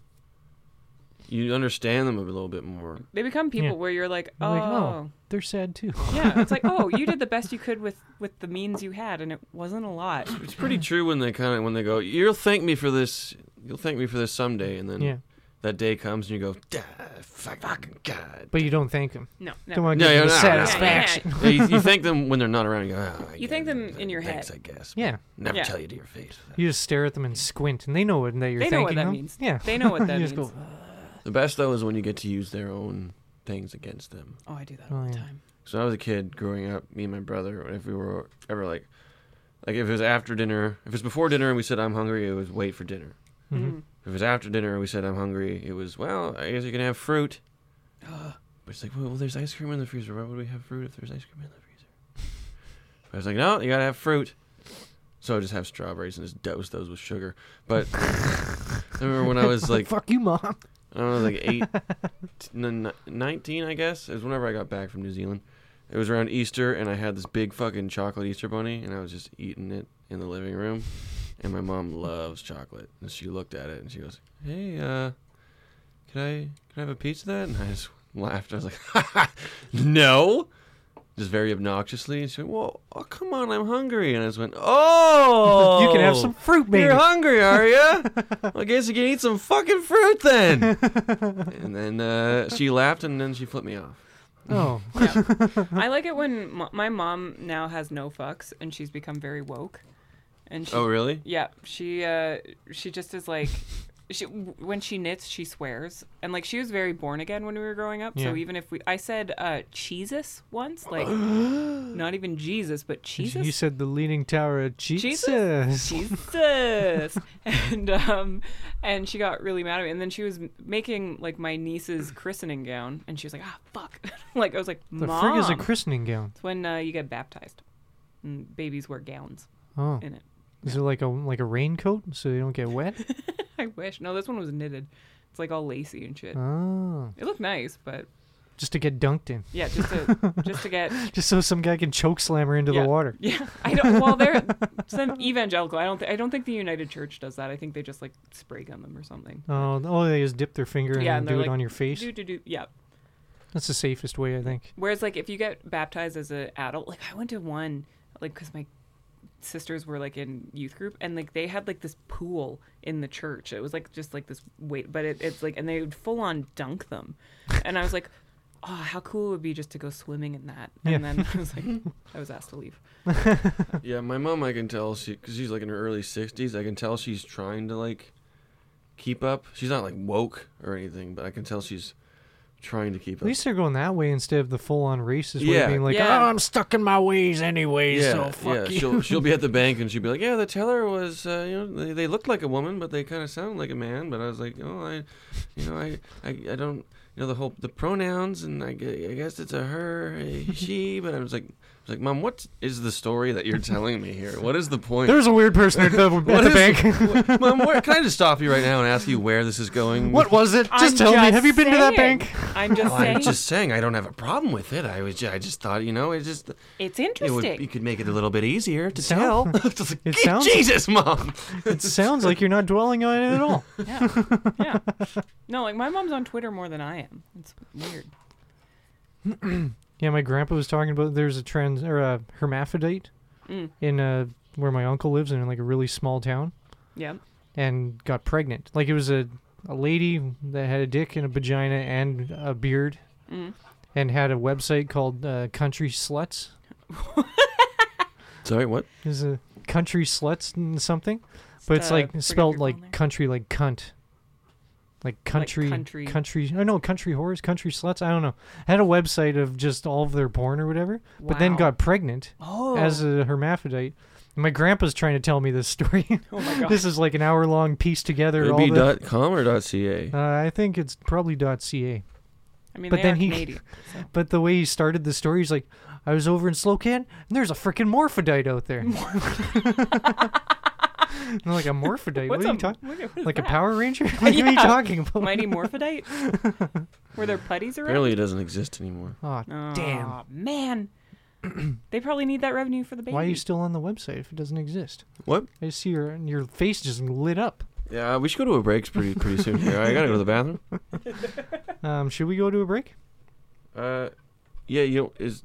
C: You understand them a little bit more.
E: They become people
D: Yeah.
E: where you're like,
D: I'm
E: oh,
D: like, oh, they're sad too.
E: yeah. It's like, oh, you did the best you could with with the means you had, and it wasn't a lot.
C: It's pretty true when they kind of when they go, "You'll thank me for this. You'll thank me for this someday." And then
D: Yeah.
C: that day comes and you go, "Duh, fuck, fucking god."
D: But you don't thank them.
E: No,
D: Don't
E: no.
D: want
C: No,
D: to give
C: yeah,
D: them the
C: no, no, no.
D: satisfaction.
E: Yeah,
C: Yeah, you, you thank them when they're not around. You go, "Ah, I
E: You
C: get
E: thank
C: it.
E: them in your
C: Thanks,
E: head.
C: I guess. but
D: Yeah.
C: Never
E: Yeah.
C: tell you to your face.
D: You just stare at them and squint, and they know what that you're
E: They know
D: thanking
E: what that
D: them.
E: means.
D: Yeah,
E: They know what that
D: You just
E: means.
D: go,
C: The best though is when you get to use their own things against them.
E: Oh, I do that
D: Oh,
E: all the
D: yeah.
E: time.
C: So when I was a kid growing up, me and my brother, if we were ever like, like if it was after dinner, if it was before dinner and we said I'm hungry, it was wait for dinner.
E: Mm-hmm.
D: Mm-hmm.
C: If it was after dinner and we said I'm hungry, it was well, I guess you can have fruit. But it's like, well, well, there's ice cream in the freezer. Why would we have fruit if there's ice cream in the freezer? But I was like, no, you gotta have fruit. So I would just have strawberries and just dose those with sugar. But I remember when I was like
D: fuck you, mom.
C: I don't know, it was like eight, t- n- n- 19, I guess. It was whenever I got back from New Zealand. It was around Easter, and I had this big fucking chocolate Easter bunny, and I was just eating it in the living room. And my mom loves chocolate, and she looked at it and she goes, "Hey, uh, can I can I have a piece of that?" And I just laughed. I was like, "No." Just very obnoxiously, and she went, "Well, oh, come on, I'm hungry." And I just went, "Oh,
D: You can have some fruit, baby.
C: You're hungry, are you? I guess you can eat some fucking fruit then." and then uh, she laughed, and then she flipped me off.
D: Oh,
E: I like it when mo- my mom now has no fucks, and she's become very woke. And she,
C: Oh, really?
E: Yeah, she uh she just is like she when she knits, she swears. And like she was very born again when we were growing up.
D: Yeah.
E: So even if we I said uh Jesus once, like not even Jesus, but Jesus.
D: you said the leaning tower of Jesus.
E: Jesus, Jesus, and um, and she got really mad at me. And then she was m- making like my niece's christening gown, and she was like, "Ah, fuck!" like I was like,
D: The
E: "Mom,
D: frig is a christening gown.
E: it's when uh, you get baptized, and babies wear gowns
D: Oh,
E: in it."
D: is it like a like a raincoat so they don't get wet?
E: I wish. No, this one was knitted. It's like all lacy and shit.
D: Oh,
E: It looked nice, but
D: just to get dunked in,
E: yeah, just to just to get
D: just so some guy can choke slam her into
E: yeah.
D: the water.
E: Yeah, I don't. Well, they're some evangelical. I don't. Th- I don't think the United Church does that. I think they just like spray gun them or something.
D: Oh, oh, they just dip their finger and
E: yeah,
D: then
E: they're
D: do it
E: like,
D: on your face.
E: Do, do, do. Yeah.
D: That's the safest way, I think.
E: Whereas like if you get baptized as an adult, like I went to one, like because my sisters were like in youth group and like they had like this pool in the church. It was like just like this wait, but it, it's like and they would full on dunk them, and I was like. Oh, how cool it would be just to go swimming in that. And
D: Yeah.
E: then I was like, I was asked to leave.
C: Yeah, my mom, I can tell she because she's like in her early sixties. I can tell she's trying to like keep up. She's not like woke or anything, but I can tell she's trying to keep
D: At
C: up.
D: least they're going that way instead of the full-on racist way
C: Yeah.
D: of being like,
E: Yeah.
D: "Oh, I'm stuck in my ways anyway,
C: yeah,
D: so
C: yeah.
D: fuck you."
C: She'll she'll be at the bank and she'll be like, "Yeah, the teller was, uh, you know, they, they looked like a woman, but they kind of sound like a man." But I was like, "Oh, I, you know, I, I, I don't, you know, the whole the pronouns, and I, gue- I guess it's a her, a she." But I was like, I was like, "Mom, what is the story that you're telling me here? What is the point?"
D: There's a weird person at the, at
C: What
D: the
C: is-
D: bank.
C: what- Mom, where, can I just stop you right now and ask you where this is going?
D: what was it? Just
E: I'm
D: tell me.
E: just
D: Have you been to that
E: saying.
D: bank?
E: I'm just
C: Oh,
E: saying.
C: I'm just saying I don't have a problem with it. I was ju- I just thought you know it just
E: it's
C: it
E: interesting.
C: would you could make it a little bit easier to
D: Sound-
C: tell. Just like,
D: it
C: "Gee,
D: sounds-
C: Jesus, mom.
D: It sounds like you're not dwelling on it at all.
E: yeah. No, like my mom's on Twitter more than I am. It's weird.
D: Yeah, my grandpa was talking about there's a trans or a hermaphrodite in uh where my uncle lives in like a really small town
E: Yeah.
D: and got pregnant. Like it was a a lady that had a dick and a vagina and a beard and had a website called uh, Country Sluts.
C: Sorry, what?
D: Is a country sluts and something, but it's
E: uh,
D: like
E: forget
D: spelled
E: your full
D: like
E: name.
D: country like cunt. Like country,
E: country.
D: country. I know country whores, country sluts. I don't know. Had a website of just all of their porn or whatever, but then
E: Wow.
D: got pregnant
E: Oh.
D: as a hermaphrodite. And my grandpa's trying to tell me this story.
E: Oh my god.
D: this is like an hour long piece together.
C: It'd
D: all
C: be
D: the-
C: dot .com or dot .ca.
D: uh, I think it's probably .ca.
E: I mean,
D: but
E: they
D: then
E: are
D: he-
E: Canadian. so.
D: But the way he started the story, he's like, I was over in Slocan, and there's a freaking morphodite out there. and I'm like, a morphodite? what
E: What's
D: are you
E: a-
D: talking
E: what- what is
D: Like a
E: that?
D: Power Ranger? Like, What are you
E: Yeah.
D: talking about?
E: Mighty Morphodite? Were there putties around?
C: Apparently, it doesn't exist anymore.
D: Aw, damn.
E: Aw, man. they probably need that revenue for the baby.
D: Why are you still on the website if it doesn't exist?
C: What?
D: I see your your face just lit up.
C: Yeah, we should go to a break pretty pretty soon here. I gotta go to the bathroom.
D: Um, should we go to a break?
C: Uh, yeah, you know, is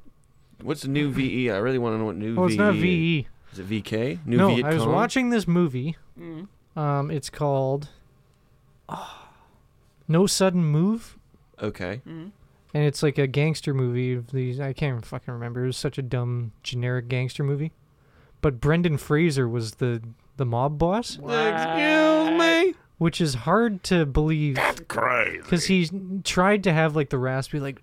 C: what's the new VE? I really want to know what new.
D: Oh, it's not
C: VE is.
D: VE.
C: Is it VK? New E
D: no,
C: Viet
D: I was
C: Cong?
D: watching this movie.
E: Mm.
D: Um, it's called No Sudden Move.
C: Okay.
D: and it's like a gangster movie of these i can't even fucking remember it was such a dumb generic gangster movie but brendan fraser was the the mob boss
C: Excuse me.
D: which is hard to believe because he tried to have like the raspy like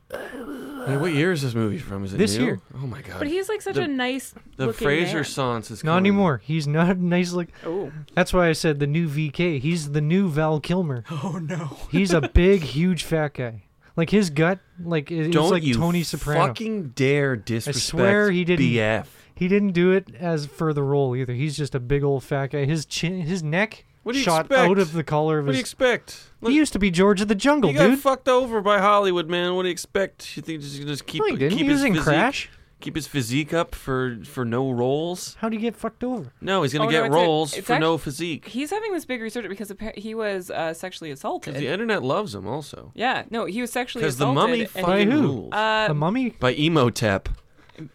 C: And what year is this movie from? Is it
D: This
C: new?
D: year.
C: Oh my god.
E: But he's like such
C: The-
E: a nice.
C: the
E: looking
C: Fraser
E: man.
C: Sans is
D: not
C: coming.
D: anymore he's not nice like
E: Oh,
D: that's why i said the new vk he's the new val kilmer oh no he's a big huge fat guy like his gut like it- it's
C: Don't
D: like
C: you
D: tony soprano
C: fucking dare disrespect
D: swear he didn't-
C: BF.
D: He didn't do it as for the role either. He's just a big old fat guy. His chin, his neck
C: What do you
D: shot
C: expect?
D: out of the collar of
C: What do you
D: his.
C: expect? Look,
D: he used to be George of the Jungle,
C: he got
D: dude.
C: fucked over by Hollywood, man. What do you expect? You think he's gonna just keep
D: No, he didn't.
C: keep
D: He was
C: his
D: in
C: physique,
D: Crash.
C: Keep his physique up for for no roles.
D: How do you get fucked over?
C: No, he's gonna
E: Oh, no,
C: get
E: it's a-
C: roles
E: it's
C: for no
E: actu-
C: physique.
E: he's having this big resurgence because appa- he was uh, sexually assaulted.
C: The internet loves him also.
E: Yeah, no, he was sexually
C: Because the
E: assaulted.
C: mummy
E: and-
D: By
C: fucking
D: who?
C: rules.
E: uh,
D: the Mummy,
C: By Emotep.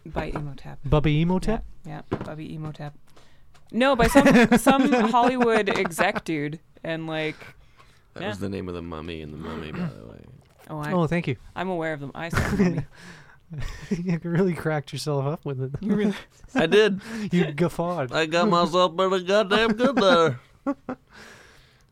E: by Emotep.
D: Bubba Emotep.
E: Yeah, yeah, Bobby Emotep. No, by some some Hollywood exec dude, and like,
C: That
E: Yeah.
C: was the name of the mummy in the mummy, by the way.
E: oh, I,
D: Oh, thank you.
E: I'm aware of them. I saw the mummy.
D: you really cracked yourself up with it. You really,
C: I did.
D: you guffawed.
C: I got myself pretty goddamn good there.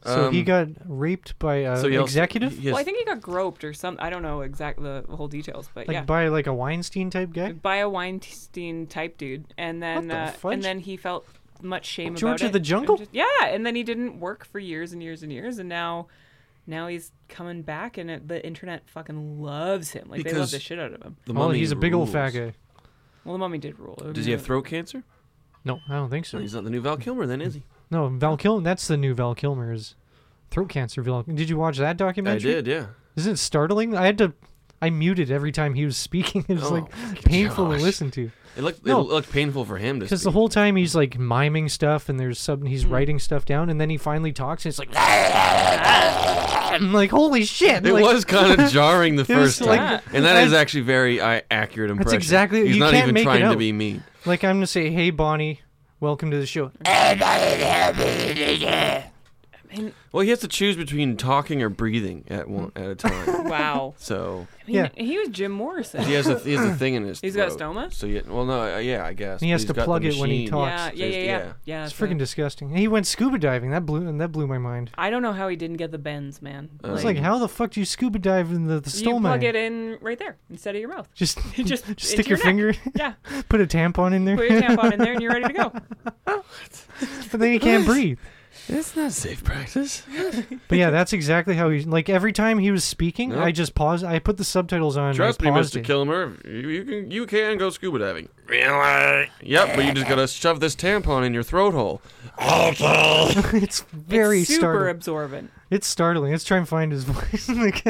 D: so he
C: Um,
D: got raped by an
C: so he also-
D: executive,
C: he has-
E: Well, I think he got groped or some. I don't know exact the whole details, but
D: like
E: yeah,
D: by like a Weinstein type guy.
E: by a Weinstein type dude, and then
D: the
E: uh,
D: fudge?
E: and then he felt much shame
D: George
E: about
D: of
E: it.
D: the Jungle?
E: And just- yeah, and then he didn't work for years and years and years, and now. Now he's coming back, and it, the internet fucking loves him. Like they love
C: Because-
E: the shit out of him.
C: the
D: Oh,
C: mummy
D: he's a big old
C: rules.
D: fat guy.
E: Well, the mummy did rule.
C: Does he have throat cancer?
D: No, I don't think so.
C: No, he's not the new Val Kilmer, then, is he?
D: No, Val Kilmer. That's the new Val Kilmer's throat cancer. Val. Did you watch that
C: I
D: documentary?
C: did, yeah.
D: Isn't it startling? I had to. I muted every time he was speaking. It was
C: Oh my
D: like painful
C: gosh.
D: to listen to
C: It looked
D: No.
C: it looked painful for him to.
D: because the
C: speak.
D: whole time he's like miming stuff and there's some
C: Hmm.
D: he's writing stuff down and then he finally talks and it's like I'm like holy shit.
C: It
D: like,
C: was kind of jarring the
D: was
C: first time,
D: like-
C: and that is
D: I-
C: actually very uh, accurate impression.
D: exactly-
C: He's
D: you
C: not
D: can't
C: even
D: make it
C: trying to
D: out.
C: be mean.
D: like I'm gonna say hey Bonnie, welcome to the show.
C: Well, he has to choose between talking or breathing at one at a time.
E: Wow.
C: so
E: I mean,
D: Yeah.
E: he was Jim Morrison.
C: he has a he has a thing in his.
E: He's got a
C: throat.
E: stoma?
C: So yeah, well, no, uh, yeah, I guess.
D: He
C: but
D: has
C: he's
D: to
C: got the
D: plug it when he
C: machine.
D: talks.
E: Yeah, yeah, yeah,
C: Just-
E: yeah.
C: yeah.
E: yeah
D: It's
E: so-
D: freaking disgusting. And he went scuba diving. That blew and that blew my mind.
E: I don't know how he didn't get the bends, man.
C: Uh,
D: It's like how the fuck do you scuba dive in the, the
E: you
D: stoma?
E: plug it in right there instead of your mouth.
D: Just,
E: Just
D: just,
E: into
D: stick your,
E: your
D: finger,
E: neck. Yeah,
D: put a tampon in there,
E: put your tampon in there and you're ready to go.
D: but then you can't breathe.
C: It's not safe practice.
D: But yeah, that's exactly how he like every time he was speaking,
C: Yep.
D: I just paused I put the subtitles on
C: Trust
D: and
C: me,
D: I paused
C: Mr.
D: it.
C: Kilmer, you, you can you can go scuba diving. Really? Yep, but you just gotta shove this tampon in your throat hole.
D: it's very
E: it's super
D: startling.
E: absorbent.
D: it's startling. Let's try and find his voice. Like,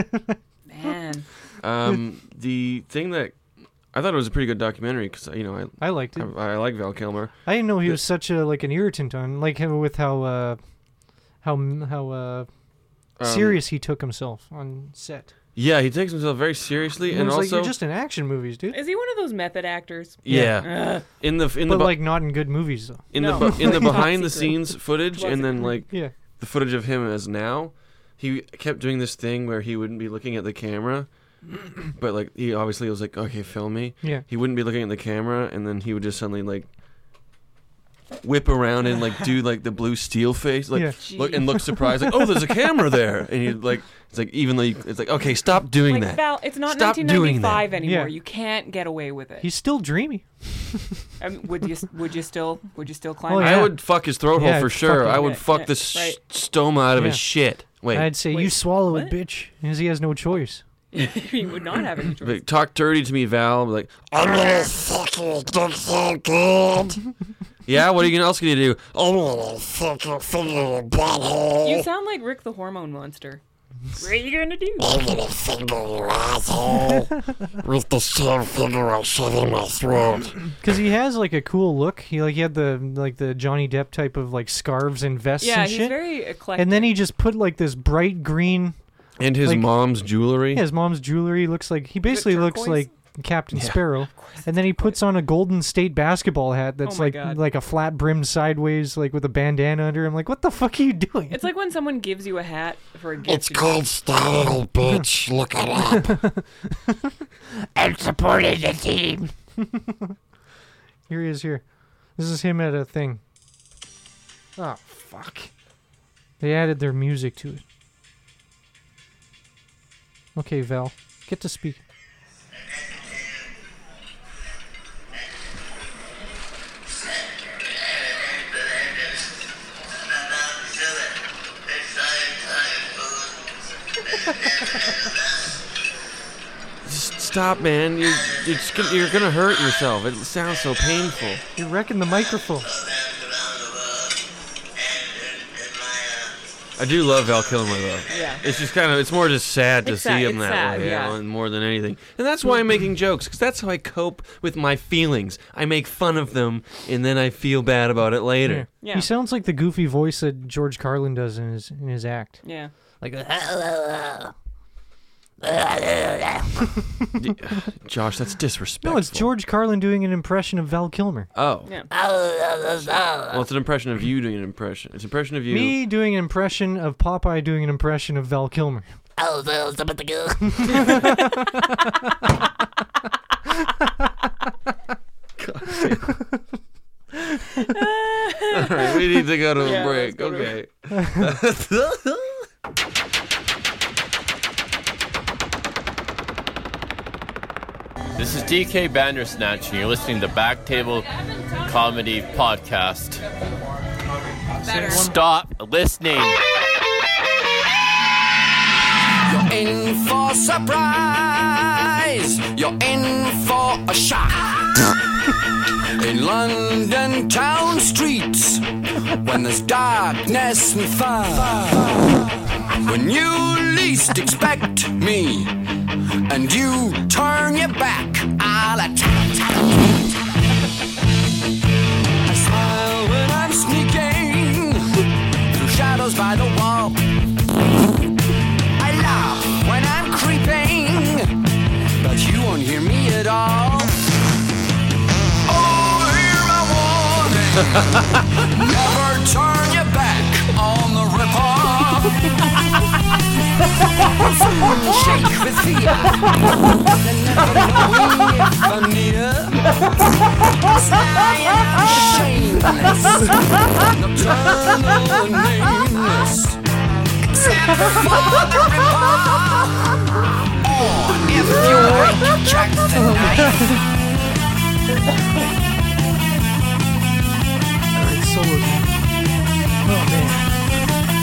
E: Man,
C: Um, the thing that I thought it was a pretty good documentary because you know
D: I liked
C: I,
D: it.
C: I I like Val Kilmer.
D: I didn't know he was such a like an irritant on like him with how uh how m- how uh
C: Um,
D: serious he took himself on set.
C: Yeah, he takes himself very seriously,
D: And
C: and
D: was like
C: also
D: you're just in action movies, dude.
E: is he one of those method actors?
C: yeah,
E: Ugh.
C: in the in the
D: But
C: bu-
D: like not in good movies though.
C: in
E: no.
C: the bu- in the
E: Top
C: behind the
E: secret.
C: scenes footage, and then like
D: Yeah.
C: the footage of him as now, he kept doing this thing where he wouldn't be looking at the camera, but like he obviously was like, okay, film me.
D: Yeah.
C: He wouldn't be looking at the camera, and then he would just suddenly like whip around and like do like the blue steel face, like
D: Yeah.
C: look and look surprised, like oh, there's a camera there, and you like it's like even though you, it's like okay, stop doing
E: Like
C: that.
E: Val, it's not
C: Stop doing that.
E: 1995 anymore.
D: Yeah.
E: You can't get away with it.
D: He's still dreamy.
E: I mean, would you would you still would you still climb?
D: Oh,
E: up?
C: I
D: yeah.
C: would fuck his throat
D: Yeah,
C: hole for
D: I'd
C: sure.
D: fucking-
C: I would
E: Yeah,
C: fuck
E: yeah,
C: this
E: right.
C: s- stoma out of his
D: Yeah.
C: shit. Wait,
D: I'd say you
E: wait,
D: swallow it,
E: what?"
D: bitch, because he has no choice.
E: he would not have any choice.
C: like, talk dirty to me, Val. I'm like, I'm gonna fuck your dick so good. yeah, what are you else gonna do? I'm gonna fuck your finger in your butthole.
E: You sound like Rick the Hormone Monster. What are you gonna do?
C: I'm gonna finger your asshole with the same finger I shove in my throat.
D: Because he has like a cool look. He like he had the like the Johnny Depp type of like scarves and vests
E: Yeah,
D: and
E: he's
D: shit.
E: very eclectic.
D: and then he just put like this bright green.
C: And his
D: Like-
C: mom's jewelry.
D: Yeah, his mom's jewelry looks like he basically looks
E: turquoise?
D: like Captain Sparrow. And then he puts on a Golden State basketball hat that's
E: Oh my
D: like
E: God.
D: like a flat brim sideways, like with a bandana under. I'm like, what the fuck are you doing?
E: it's like when someone gives you a hat for a gift. you-
F: called Style, old bitch. Look it up. I'm supporting the team.
D: Here he is. Here, this is him at a thing. Oh fuck! They added their music to it. Okay, Val, get to speak.
C: Just stop, man. You're, you're, just gonna, you're gonna hurt yourself. It sounds so painful.
D: You're wrecking the microphone.
C: I do love Val Kilmer though.
E: Yeah.
C: It's just kind of it's more just sad to
E: It's
C: see
E: sad-
C: him
E: it's
C: that
E: sad,
C: way,
E: yeah.
C: you know, and more than anything. And that's why I'm making jokes because that's how I cope with my feelings. I make fun of them and then I feel bad about it later.
E: Yeah.
D: He sounds like the goofy voice that George Carlin does in his in his act.
E: Yeah.
C: Josh, that's disrespectful.
D: No, it's George Carlin doing an impression of Val Kilmer.
C: Oh,
E: Yeah.
C: well, it's an impression of you doing an impression. It's an impression of you.
D: Me doing an impression of Popeye doing an impression of Val Kilmer.
C: All right, we need to go to a
E: Yeah,
C: break.
E: let's go to
C: Okay.
G: This is DK Bandersnatch, and you're listening to Back Table Comedy Podcast. Stop listening.
F: You're in for surprise. You're in for a shock. in London town streets, when there's darkness and fire. When you least expect me, and you turn your back, I'll attack. I smile when I'm sneaking through shadows by the wall. I laugh when I'm creeping, but you won't hear me at all. Oh, hear my warning. Never turn your back on the ripoff. Shake with fear. Then never knowing if I'm near. Sly and shameless. Nocturnal and nameless except for the remark. Or if you like, Jack the knife.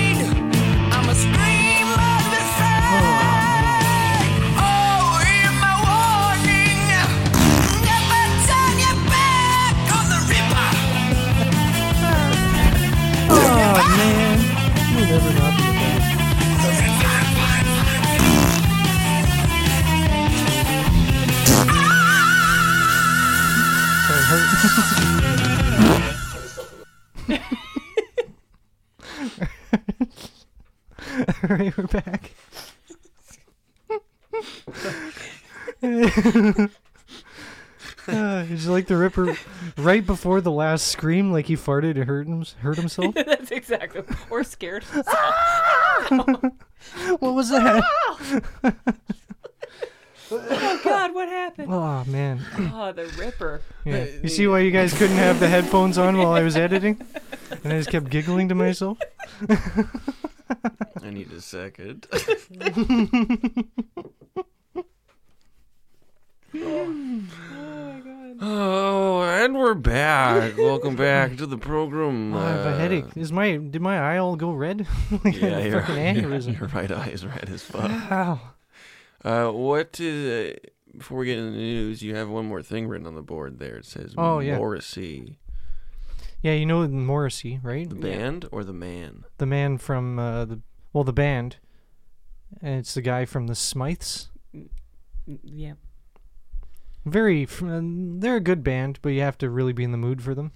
F: Oh, Ah!
D: All right, we're back. uh, it's like the Ripper right before the last scream, like he farted and hurt, him, hurt himself.
E: That's exactly. Or scared.
D: what was that?
E: oh God, what happened?
D: Oh, man.
E: Oh, the Ripper.
D: Yeah. You see why you guys couldn't have the headphones on while I was editing? And I just kept giggling to myself?
C: I need a second. Oh, and we're back. Welcome back to the program. Uh,
D: I have a headache. Is my Did my eye all go red? like I had
C: Yeah,
D: a
C: your,
D: fucking
C: your,
D: aneurysm.
C: your right eye is red as fuck.
D: Ow.
C: Uh, what is uh, before we get into the news? You have one more thing written on the board there. It says
D: Oh, yeah.
C: Morrissey,
D: Yeah, you know Morrissey, right?
C: the band or the man?
D: the man from uh, the well the band and it's the guy from the smythes
E: Yeah.
D: very f- uh, they're a good band but you have to really be in the mood for them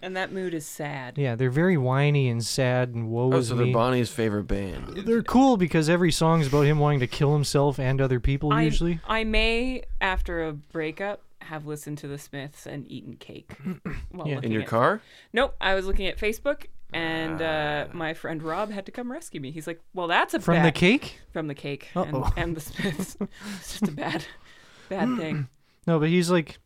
E: And that mood is sad.
D: yeah they're very whiny and sad and woe
C: Oh,
D: is
C: so
D: me
C: they're Bonnie's favorite band.
D: they're cool because every song's about him wanting to kill himself and other people
E: I,
D: usually
E: I may, after a breakup, have listened to The Smiths and eaten cake. while
D: Yeah.
E: looking
C: In your
E: at-
C: car?
E: Nope. I was looking at Facebook, and uh, my friend Rob had to come rescue me. He's like, "Well, that's a
D: Ah. from the
E: bad-
D: cake
E: from the cake and,
D: Uh-oh.
E: and the Smiths. it's just a bad, bad thing.
D: no but he's like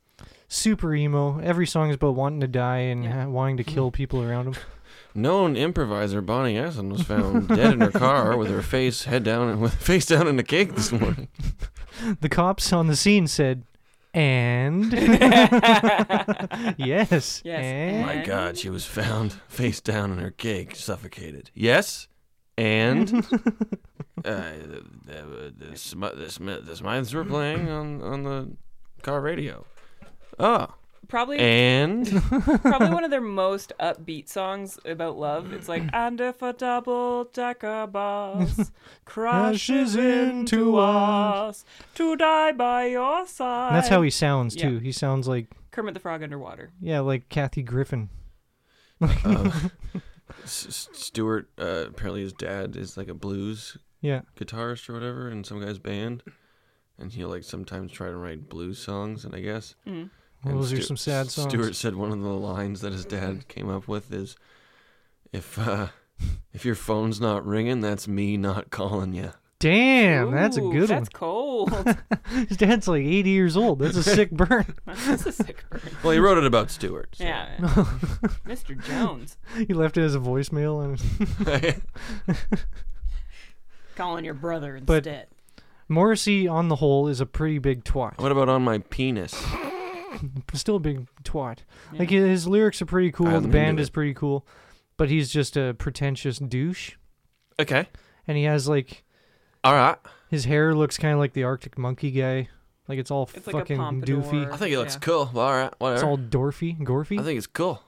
D: super emo every song is about wanting to die and
E: Yeah. Mm-hmm.
D: ha- wanting to kill people around him
C: Known improviser Bonnie Essen was found dead in her car with her face head down and with face down in a cake this morning.
D: the cops on the scene said and yes,
E: Yes,
D: and-
C: My God, she was found face down in her cake, suffocated. Yes, and uh, the, the, the, Sm- the, Sm- the Smythes were playing on, on the car radio. Oh,
E: Probably,
D: Eh?
C: and
E: probably one of their most upbeat songs about love. It's like, and if a double decker bus crashes
D: Crashes
E: into
D: into us.
E: us to die by your side.
D: And that's how he sounds
E: Yeah.
D: too. He sounds like
E: Kermit the Frog underwater.
D: yeah, like Kathy Griffin.
C: uh, S- S- Stuart, uh, apparently his dad is like a blues
D: Yeah.
C: guitarist or whatever in some guy's band, and he'll like sometimes try to write blues songs. And I guess
D: Well,
C: And
D: those are
C: Stu-
D: some sad songs.
C: Stewart said one of the lines that his dad came up with is, "If uh, if your phone's not ringing, that's me not calling you."
D: Damn, that's a
E: Ooh,
D: good
E: That's cold.
D: one. His dad's like 80 years old. That's a sick burn.
E: that's a sick burn.
C: Well, he wrote it about Stewart. so-
E: Yeah. Mr. Jones
D: he left it as a voicemail and
E: calling your brother
D: But-
E: instead.
D: Morrissey on the whole is a pretty big twat.
C: what about on my penis?
D: Still a big twat. Like his, his lyrics are pretty cool.
C: I'm
D: the
C: into
D: band
C: it.
D: is pretty cool. But he's just a pretentious douche
C: Okay.
D: and he has like
C: All right.
D: his hair looks kind of like the Arctic monkey guy. Like it's all
E: It's like a
D: fucking
E: pompadour.
D: doofy.
C: I think it looks
E: Yeah.
C: cool. Well, all right.
D: It's
C: Whatever.
D: all dorfy, gorfy.
C: I think it's cool.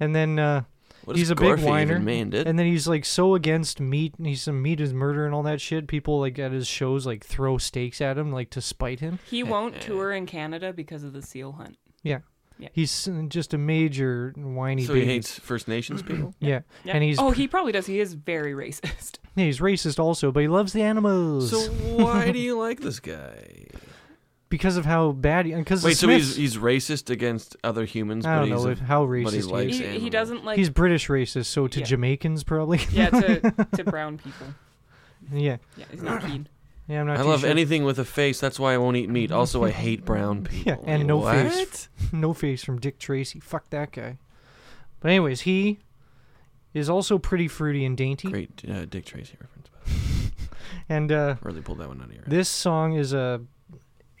D: and then uh
C: What does
D: he's a big
C: Gorfy
D: whiner,
C: Even mean, dude?
D: and then he's like so against meat, and he's some meat is murder and all that shit. People like at his shows like throw steaks at him like to spite him.
E: He won't tour in Canada because of the seal hunt.
D: Yeah,
E: Yeah.
D: he's uh, just a major whiny.
C: so he
D: baby.
C: hates First Nations people.
D: Yeah.
E: Yeah.
D: and he's
E: oh, he probably does. He is very racist.
D: yeah, he's racist also, but he loves the animals
C: so why do you like this guy?
D: because of how bad. he Because
C: Wait, so he's he's racist against other humans.
D: I
C: but
D: don't
C: he's
D: know
C: a-
D: if- how
C: but he
D: racist he
C: likes
E: He, he
C: animals.
E: doesn't like
D: he's British racist, so to
E: Yeah.
D: Jamaicans probably.
E: yeah to, to brown people.
D: yeah,
E: Yeah, he's not keen.
D: yeah. I'm not.
C: I
D: too
C: love
D: sure.
C: anything with a face. That's why I won't eat meat. Also, I hate brown people.
D: Yeah, and no
C: what?
D: face. No face from Dick Tracy. Fuck that guy. But anyways, he is also pretty fruity and dainty.
C: Great uh, Dick Tracy reference. by the way.
D: And uh,
C: Really pulled that one out of your head.
D: this song is a,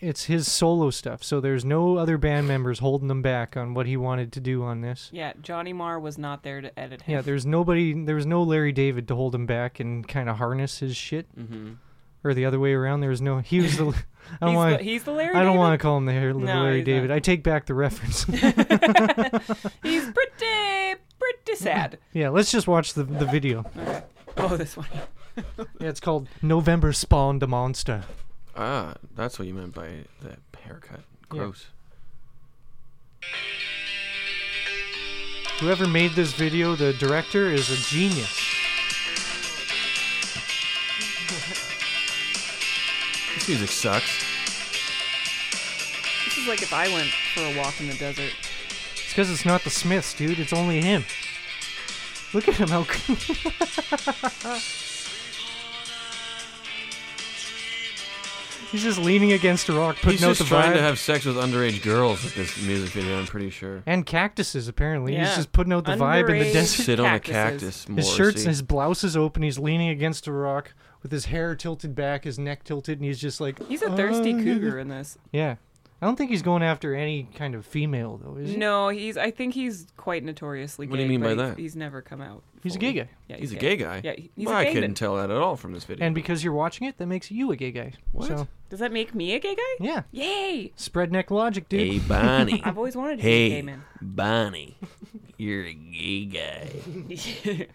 D: it's his solo stuff. So there's no other band members holding him back on what he wanted to do on this.
E: Yeah, Johnny Marr was not there to edit him.
D: Yeah, there's nobody. There was no Larry David to hold him back and kind of harness his shit. Mm-hmm. Or the other way around. There was no. He was the. I
E: he's,
D: don't want.
E: the, he's the Larry.
D: I don't
E: David?
D: want to call him the Larry
E: No, he's not.
D: David. I take back the reference.
E: He's pretty pretty sad.
D: yeah, let's just watch the the video.
E: oh, this one.
D: Yeah, it's called November Spawned a Monster.
C: Ah, that's what you meant by that haircut. Gross.
D: Whoever made this video, the director, is a genius.
H: This music sucks.
E: This is like if I went for a walk in the desert.
D: It's because it's not the Smiths, dude. It's only him. Look at him, how cool. He's just leaning against a rock,
C: He's
D: putting out
C: just
D: the
C: trying
D: vibe.
C: to have sex with underage girls with this music video. I'm pretty sure.
D: and cactuses, apparently.
E: Yeah.
D: He's just putting out the vibe in the
E: Underage.
D: desert.
C: Sit on a
E: Cactuses.
C: cactus. More,
D: His shirt's
C: see?
D: and his blouse is open. He's leaning against a rock with his hair tilted back, his neck tilted, and he's just like.
E: He's a thirsty
D: "Ah."
E: cougar in this.
D: Yeah. I don't think he's going after any kind of female, though, is he?
E: No, he's. I think he's quite notoriously gay.
C: What do you mean
E: but
C: by
E: he's-
C: that?
E: He's never come out.
D: He's a
E: fully.
D: gay guy.
E: Yeah,
C: He's a gay guy.
E: Yeah, he- he's
C: well,
E: a gay
C: I couldn't
E: man.
C: tell that at all from this video.
D: And because you're watching it, that makes you a gay guy.
C: What?
D: So,
E: Does that make me a gay guy?
D: yeah.
E: Yay!
D: Spread neck logic, dude.
C: hey, Bonnie.
E: I've always wanted to be a gay
C: hey,
E: man.
C: Bonnie. You're a gay guy.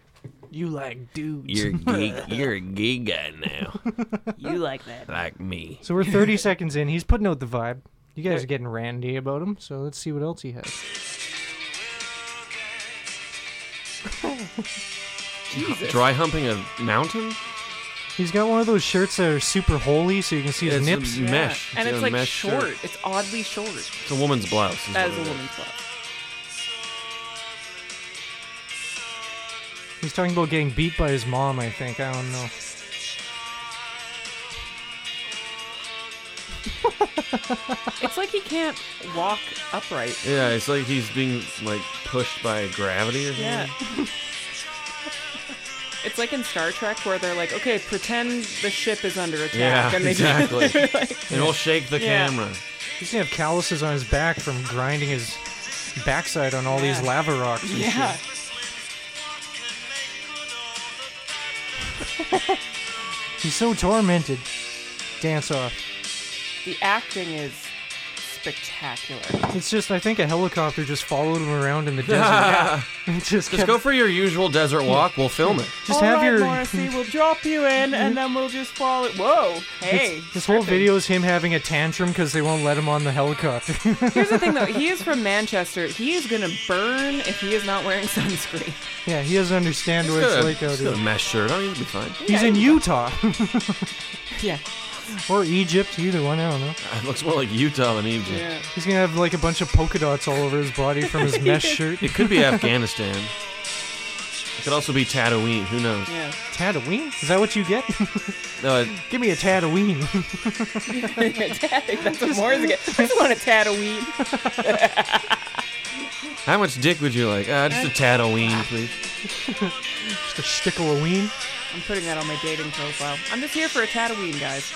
D: You like dudes.
C: You're a gay. You're a gay guy now,
E: You like that?
C: like me.
D: So we're 30 seconds in. He's putting out the vibe. You guys are getting randy about him, so let's see what else he has.
C: Dry humping a mountain.
D: He's got one of those shirts that are super holy, so you can see his
C: it's
D: nips.
C: a mesh.
E: And
C: a
E: it's like
C: mesh shirt.
E: short. It's oddly short.
C: It's a woman's blouse. is
E: That
C: what
E: is a
C: it
E: woman's blouse.
D: He's talking about getting beat by his mom, I think. I don't know.
E: It's like he can't walk upright.
C: Yeah, it's like he's being like pushed by gravity or something.
E: Yeah. it's like in Star Trek where they're like, okay, pretend the ship is under attack.
C: Yeah,
E: and they do-
C: exactly. And we'll shake the
E: Yeah.
C: camera.
D: He's gonna have calluses on his back from grinding his backside on all these
E: Yeah.
D: lava rocks. and
E: yeah.
D: shit. He's so tormented. Dance off.
E: The acting is spectacular.
D: It's just, I think a helicopter just followed him around in the desert. It
C: Just
D: just kept-
C: go for your usual desert walk. We'll film it.
D: Just have your. Mm-hmm.
E: Morrissey, we'll drop you in, and then we'll just follow. Whoa! Hey,
D: It's- this whole video is him having a tantrum because they won't let him on the helicopter.
E: Here's the thing, though. He is from Manchester. He is gonna burn if he is not wearing sunscreen.
D: yeah, he doesn't understand
C: Just
D: what it's
C: got a-
D: like out
C: just got a
D: here.
C: mesh shirt on. You'll be fine.
D: He's in Utah
E: Yeah.
D: or Egypt, either one. I don't know.
C: It looks more like Utah than Egypt.
E: Yeah.
D: He's gonna have like a bunch of polka dots all over his body from his mesh shirt.
C: It could be Afghanistan. It could also be Tatooine. Who knows? Uh,
E: Yeah.
D: Tatooine? Is that what you get?
C: No, it,
D: Give me a Tatooine.
E: That's what more is I just want a Tatooine.
C: how much dick would you like? Uh, just a Tatooine, please.
D: Just a shtickle of ween.
E: I'm putting that on my dating profile. I'm just here for a Tatooine, guys.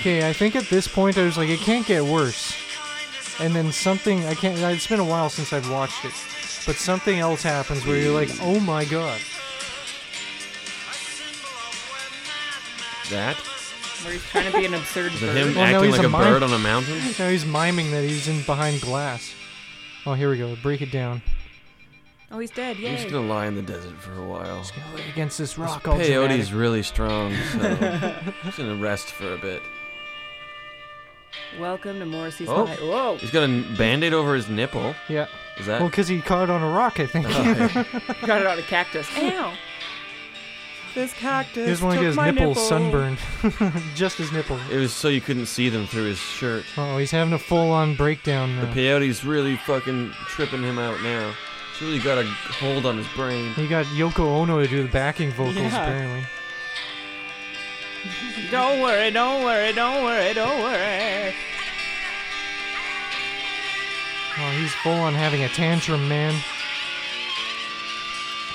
D: Okay, I think at this point I was like, it can't get worse. And then something I can't. It's been a while since I've watched it, but something else happens where you're like, oh my god.
C: That?
E: Where he's trying to be an absurd
C: Is it
E: bird.
C: him
D: Well, no,
C: acting
D: he's
C: like
D: a
C: a,
D: mime.
C: bird on a mountain?
D: Now he's miming that he's in behind glass. Oh, here we go. Break it down.
E: Oh, he's dead.
C: I'm just
E: Yay.
C: gonna lie in the desert for a while.
D: Against this rock, all dramatic.
C: Peyote's really strong, so I'm just gonna rest for a bit.
E: Welcome to Morrissey's
C: Oh.
E: High. Whoa.
C: He's got a band-aid over his nipple.
D: Yeah.
C: Is that?
D: Well, because he caught it on a rock, I think.
E: Got it on a cactus. Ow. This cactus.
D: he just want to
E: took
D: get his
E: my
D: nipple,
E: nipple.
D: sunburned. Just his nipple.
C: It was so you couldn't see them through his shirt.
D: Oh, he's having a full-on breakdown uh, now.
C: Peyote's really fucking tripping him out now. He's really got a hold on his brain.
D: He got Yoko Ono to do the backing vocals,
E: Yeah.
D: apparently.
E: Don't worry, don't worry, don't worry, don't worry.
D: Oh, he's full on having a tantrum, man.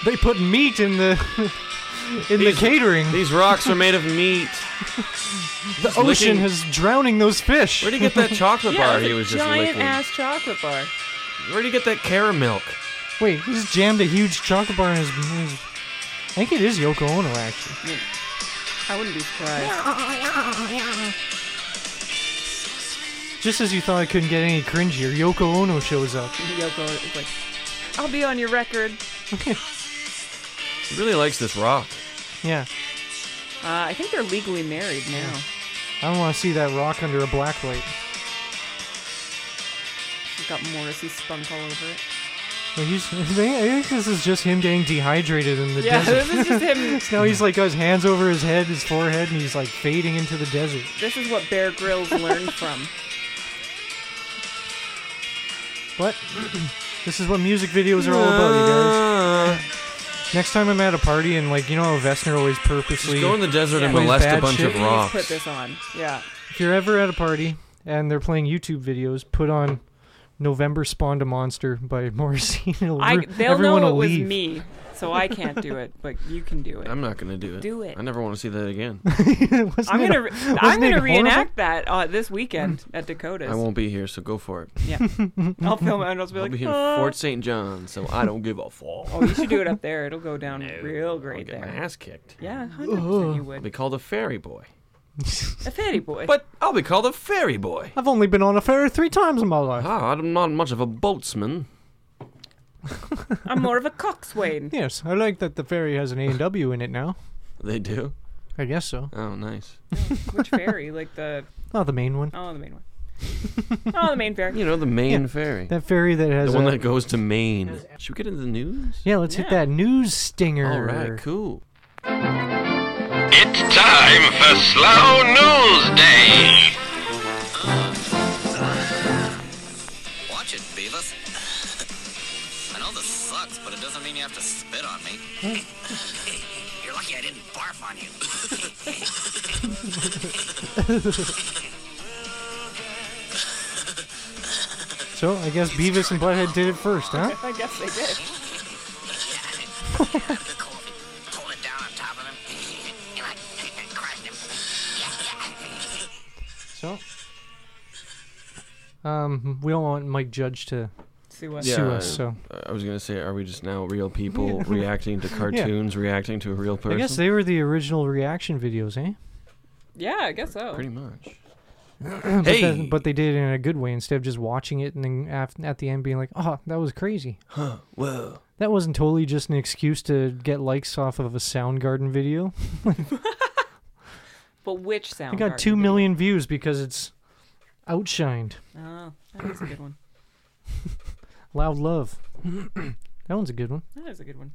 D: They put meat in the in the
C: These-
D: catering.
C: These rocks are made of meat.
D: the ocean
C: licking-
D: is drowning those fish.
C: Where'd he get that chocolate
E: Yeah,
C: bar
E: it's
C: he
E: a
C: was just
E: giant
C: licking?
E: ass chocolate bar.
C: Where'd he get that caramel?
D: Wait, he just jammed a huge chocolate bar in his. in his- I think it is Yoko Ono, actually.
E: I wouldn't be surprised.
D: Just as you thought I couldn't get any cringier, Yoko Ono shows up.
E: Yoko is like, I'll be on your record.
C: He really likes this rock.
D: Yeah,
E: Uh, I think they're legally married now.
D: I don't want to see that rock under a black light.
E: She's got Morrissey spunk all over it.
D: Like he's, I think this is just him getting dehydrated in the
E: Yeah,
D: desert.
E: this is just him.
D: Now he's like got his hands over his head, his forehead, and he's like fading into the desert.
E: This is what Bear Grylls learned from.
D: But this is what music videos are all about, you guys. Next time I'm at a party and like you know how Vesner always purposely
C: Just go in the desert and
D: Plays
C: molest a
D: bad
C: bunch
D: shit.
C: of
D: Please
E: Please
C: rocks.
E: put this on. Yeah.
D: if you're ever at a party and they're playing YouTube videos, put on November Spawned a Monster by Morrissey. It'll
E: I,
D: ru-
E: they'll
D: everyone
E: know it
D: will
E: was
D: leave.
E: me, so I can't do it, but you can do it.
C: I'm not gonna do it.
E: Do it.
C: I never want to see that again.
D: Wasn't
E: I'm
D: it-
E: gonna re-
D: wasn't
E: I'm
D: it horrible?
E: gonna
D: Mm.
E: reenact that uh, this weekend at Dakota's.
C: I won't be here, so go for it.
E: Yeah, I'll film it and I'll just be
C: I'll
E: like,
C: be here in
E: "Ah."
C: Fort St. John, so I don't give a fuck.
E: Oh, you should do it up there. It'll go down real
C: I'll
E: great
C: get my
E: there.
C: ass kicked.
E: Yeah, 100% you would.
C: I'll be called a fairy boy.
E: a fairy boy.
C: But I'll be called a fairy boy.
D: I've only been on a ferry three times in my life.
C: Ah, I'm not much of a boatsman.
E: I'm more of a coxswain.
D: Yes, I like that the ferry has an A and W in it now.
C: They do.
D: I guess so.
C: Oh, nice.
E: Which fairy? Like the
D: Not the main one.
E: oh, the main one. Oh, the main fairy.
C: You know the main fairy,
D: That ferry that
C: the
D: has
C: one
D: a-
C: that goes to Maine. Should we get into the news?
D: yeah, let's hit
E: Yeah.
D: that news stinger.
C: All right, cool.
H: It's time for Slow News Day.
I: Watch it, Beavis. I know this sucks, but it doesn't mean you have to spit on me. You're lucky I didn't barf on you.
D: So I guess Beavis and Butthead did it first, huh?
E: I guess they did.
I: Hold it down on top of him. You're like, crushing him.
D: So, um, we don't want Mike Judge to
E: See what?
D: sue us.
C: Uh,
D: So
C: I was gonna say, are we just now real people reacting to cartoons, reacting to a real person?
D: I guess they were the original reaction videos, eh?
E: Yeah, I guess so.
C: pretty much.
D: But
C: hey,
D: then- but they did it in a good way instead of just watching it and then af- at the end being like, "Oh, that was crazy."
C: whoa,
D: That wasn't totally just an excuse to get likes off of a Soundgarden video.
E: But which sound?
D: I got
E: garden
D: two
E: did
D: million views because it's outshined.
E: you- Oh, that is a good one.
D: Loud love. that one's a good one.
E: That is a good one.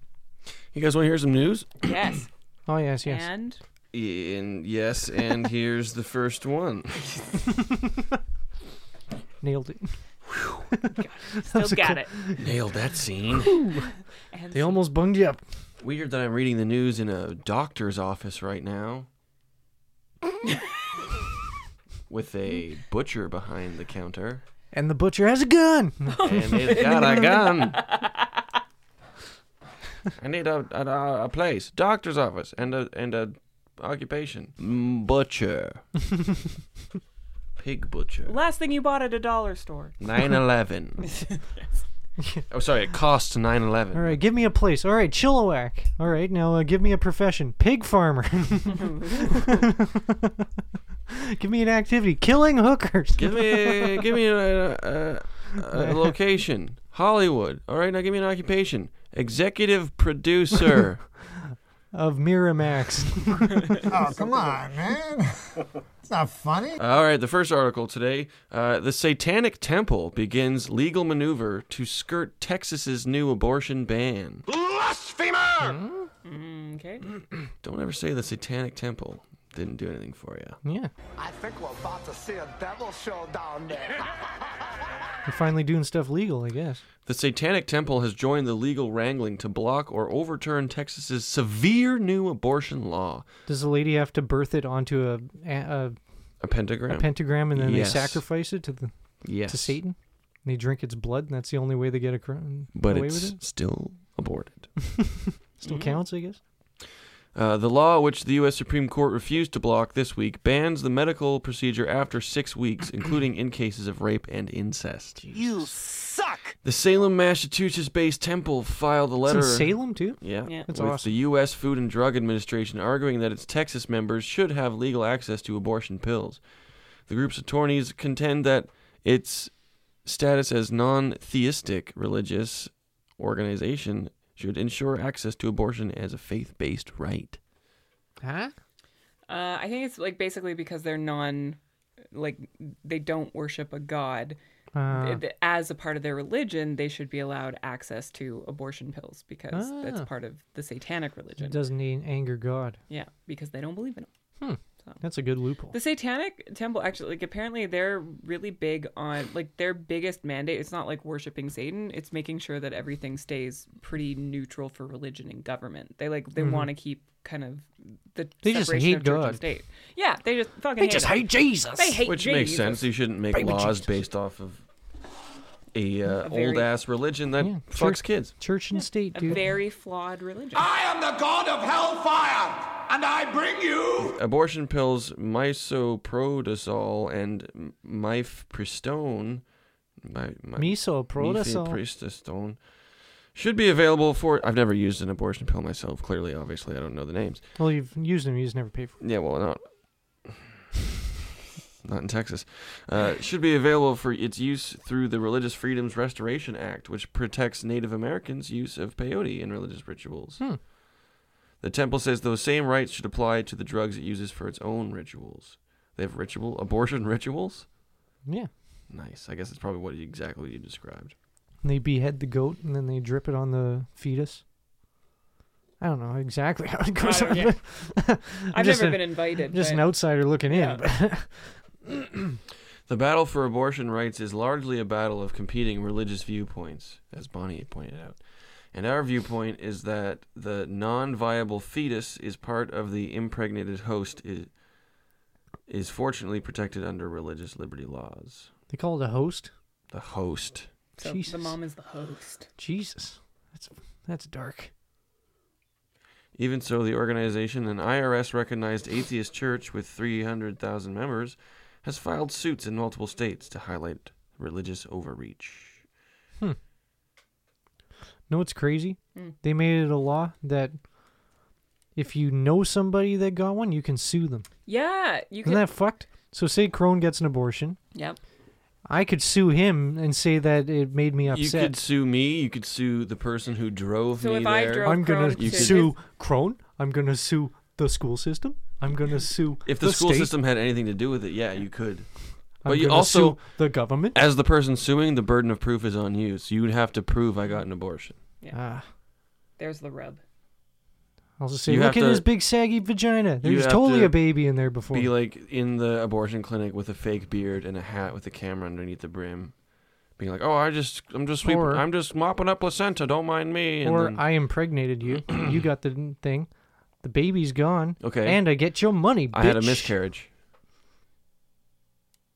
C: you guys want to hear some news?
E: Yes.
D: Oh yes, yes.
E: And
C: And yes, and here's the first one.
D: Nailed it.
E: still
D: was a
E: got
D: good-
E: it.
C: Nailed that scene.
E: And
D: They almost bunged you up.
C: Weird that I'm reading the news in a doctor's office right now. With a butcher behind the counter.
D: And the butcher has a gun.
C: And he's got a gun. I need a, a, a place. Doctor's office and a and a occupation. Mm, Butcher. Pig butcher.
E: last thing you bought at a dollar store.
C: 9-11. Oh, sorry. It costs 9-11.
D: All right, give me a place. All right, Chilliwack. All right, now uh, give me a profession. Pig farmer. give me an activity. Killing hookers.
C: Give me, give me a, a, a, a location. Hollywood. All right, now give me an occupation. Executive producer.
D: Of Miramax.
C: All right, the first article today. Uh, the Satanic Temple begins legal maneuver to skirt Texas's new abortion ban.
E: Mm, Okay.
C: Don't ever say the Satanic Temple didn't do anything for you.
D: yeah.
J: I think we're about to see a devil show down there.
D: We're finally doing stuff legal, I guess.
C: The Satanic Temple has joined the legal wrangling to block or overturn Texas's severe new abortion law.
D: Does the lady have to birth it onto a, a,
C: A pentagram.
D: a pentagram and then
C: Yes.
D: they sacrifice it to the
C: yes.
D: to Satan? And they drink its blood, and that's the only way they get a cr-
C: But
D: away
C: it's
D: with it.
C: still aborted.
D: Still counts, I guess.
C: Uh, the law, which the U.S. Supreme Court refused to block this week, bans the medical procedure after six weeks, including in cases of rape and incest.
J: You suck!
C: The Salem, Massachusetts-based temple filed a letter.
D: It's in Salem too.
C: Yeah,
E: Yeah.
D: That's
C: with
D: awesome.
C: the U.S. Food and Drug Administration arguing that its Texas members should have legal access to abortion pills. The group's attorneys contend that its status as non-theistic religious organization should ensure access to abortion as a faith-based right.
D: Huh?
E: Uh, I think it's like basically because they're non like they don't worship a god
D: Ah.
E: th- th- as a part of their religion they should be allowed access to abortion pills because that's
D: Ah.
E: part of the satanic religion
D: It doesn't need anger God.
E: yeah because they don't believe in 'em.
D: That's a good loophole.
E: The Satanic Temple actually like apparently they're really big on like their biggest mandate it's not like worshiping Satan, it's making sure that everything stays pretty neutral for religion and government. They like they want to keep kind of the
D: Mm-hmm. They
E: separation
D: just hate
E: of church
D: God.
E: and state. Yeah, they just fucking
D: They
E: hate
D: just
E: him.
D: hate Jesus.
E: They hate
C: Which
E: Jesus.
C: makes sense. You shouldn't make
D: Baby
C: laws
D: Jesus.
C: based off of a, uh,
E: very-
C: old ass religion that
D: Yeah,
C: fucks
D: church-
C: kids.
D: Church and state,
E: A
D: dude. Ah.
E: very flawed religion.
J: I am the god of hellfire, and I bring you.
C: Abortion pills, misoprostol, and mifepristone. My, my,
D: Misoprostol.
C: mifepristone should be available for. I've never used an abortion pill myself. Clearly, obviously, I don't know the names.
D: Well, you've used them. You just never pay for them.
C: Yeah, well, not not in Texas. Uh, should be available for its use through the Religious Freedoms Restoration Act, which protects Native Americans' use of peyote in religious rituals. The temple says those same rights should apply to the drugs it uses for its own rituals. They have ritual abortion rituals.
D: Yeah.
C: Nice. I guess it's probably what you- exactly you described.
D: And they behead the goat and then they drip it on the fetus. I don't know exactly how it goes
E: I
D: on.
E: don't- yeah. I've
D: just
E: never
D: a-
E: been invited.
D: Just
E: but
D: an outsider looking in. But
C: The battle for abortion rights is largely a battle of competing religious viewpoints, as Bonnie had pointed out. And our viewpoint is that the non viable fetus is part of the impregnated host, is, is fortunately protected under religious liberty laws.
D: they call it a host.
C: The host.
E: so the
D: Jesus.
E: mom is the host.
D: Jesus, that's that's dark.
C: Even so, the organization, an IRS recognized atheist church with 300,000 members, has filed suits in multiple states to highlight religious overreach.
D: No, what's crazy?
E: Hmm.
D: They made it a law that if you know somebody that got one, you can sue them.
E: Yeah, you
D: Isn't
E: can.
D: that fucked? So say Crone gets an abortion,
E: Yep.
D: I could sue him and say that it made me
C: You
D: upset.
C: could sue me. You could sue the person who drove
E: So
C: me
E: if I
C: there.
E: drove-
D: I'm gonna
E: Crone to-
D: sue Crone. I'm gonna sue the school system. I'm gonna sue
C: if the, school
D: state.
C: system had anything to do with it, yeah, you could.
D: I'm
C: but you
D: gonna
C: also-
D: sue the government.
C: As the person suing, the burden of proof is on you. So you'd have to prove I got an abortion.
D: Ah,
E: There's the rub.
D: I'll just say,
C: You
D: look at
C: have
D: his
C: to-
D: big saggy vagina. There's
C: have
D: totally
C: to
D: a baby in there before.
C: Be like in the abortion clinic with a fake beard and a hat with a camera underneath the brim, being like, "Oh, I just, I'm just sweeping,
D: Or-
C: I'm just mopping up placenta. Don't mind me." And
D: or
C: then-
D: I impregnated you. you got the n- thing. The baby's gone.
C: Okay.
D: And I get your money. Bitch.
C: I had a miscarriage.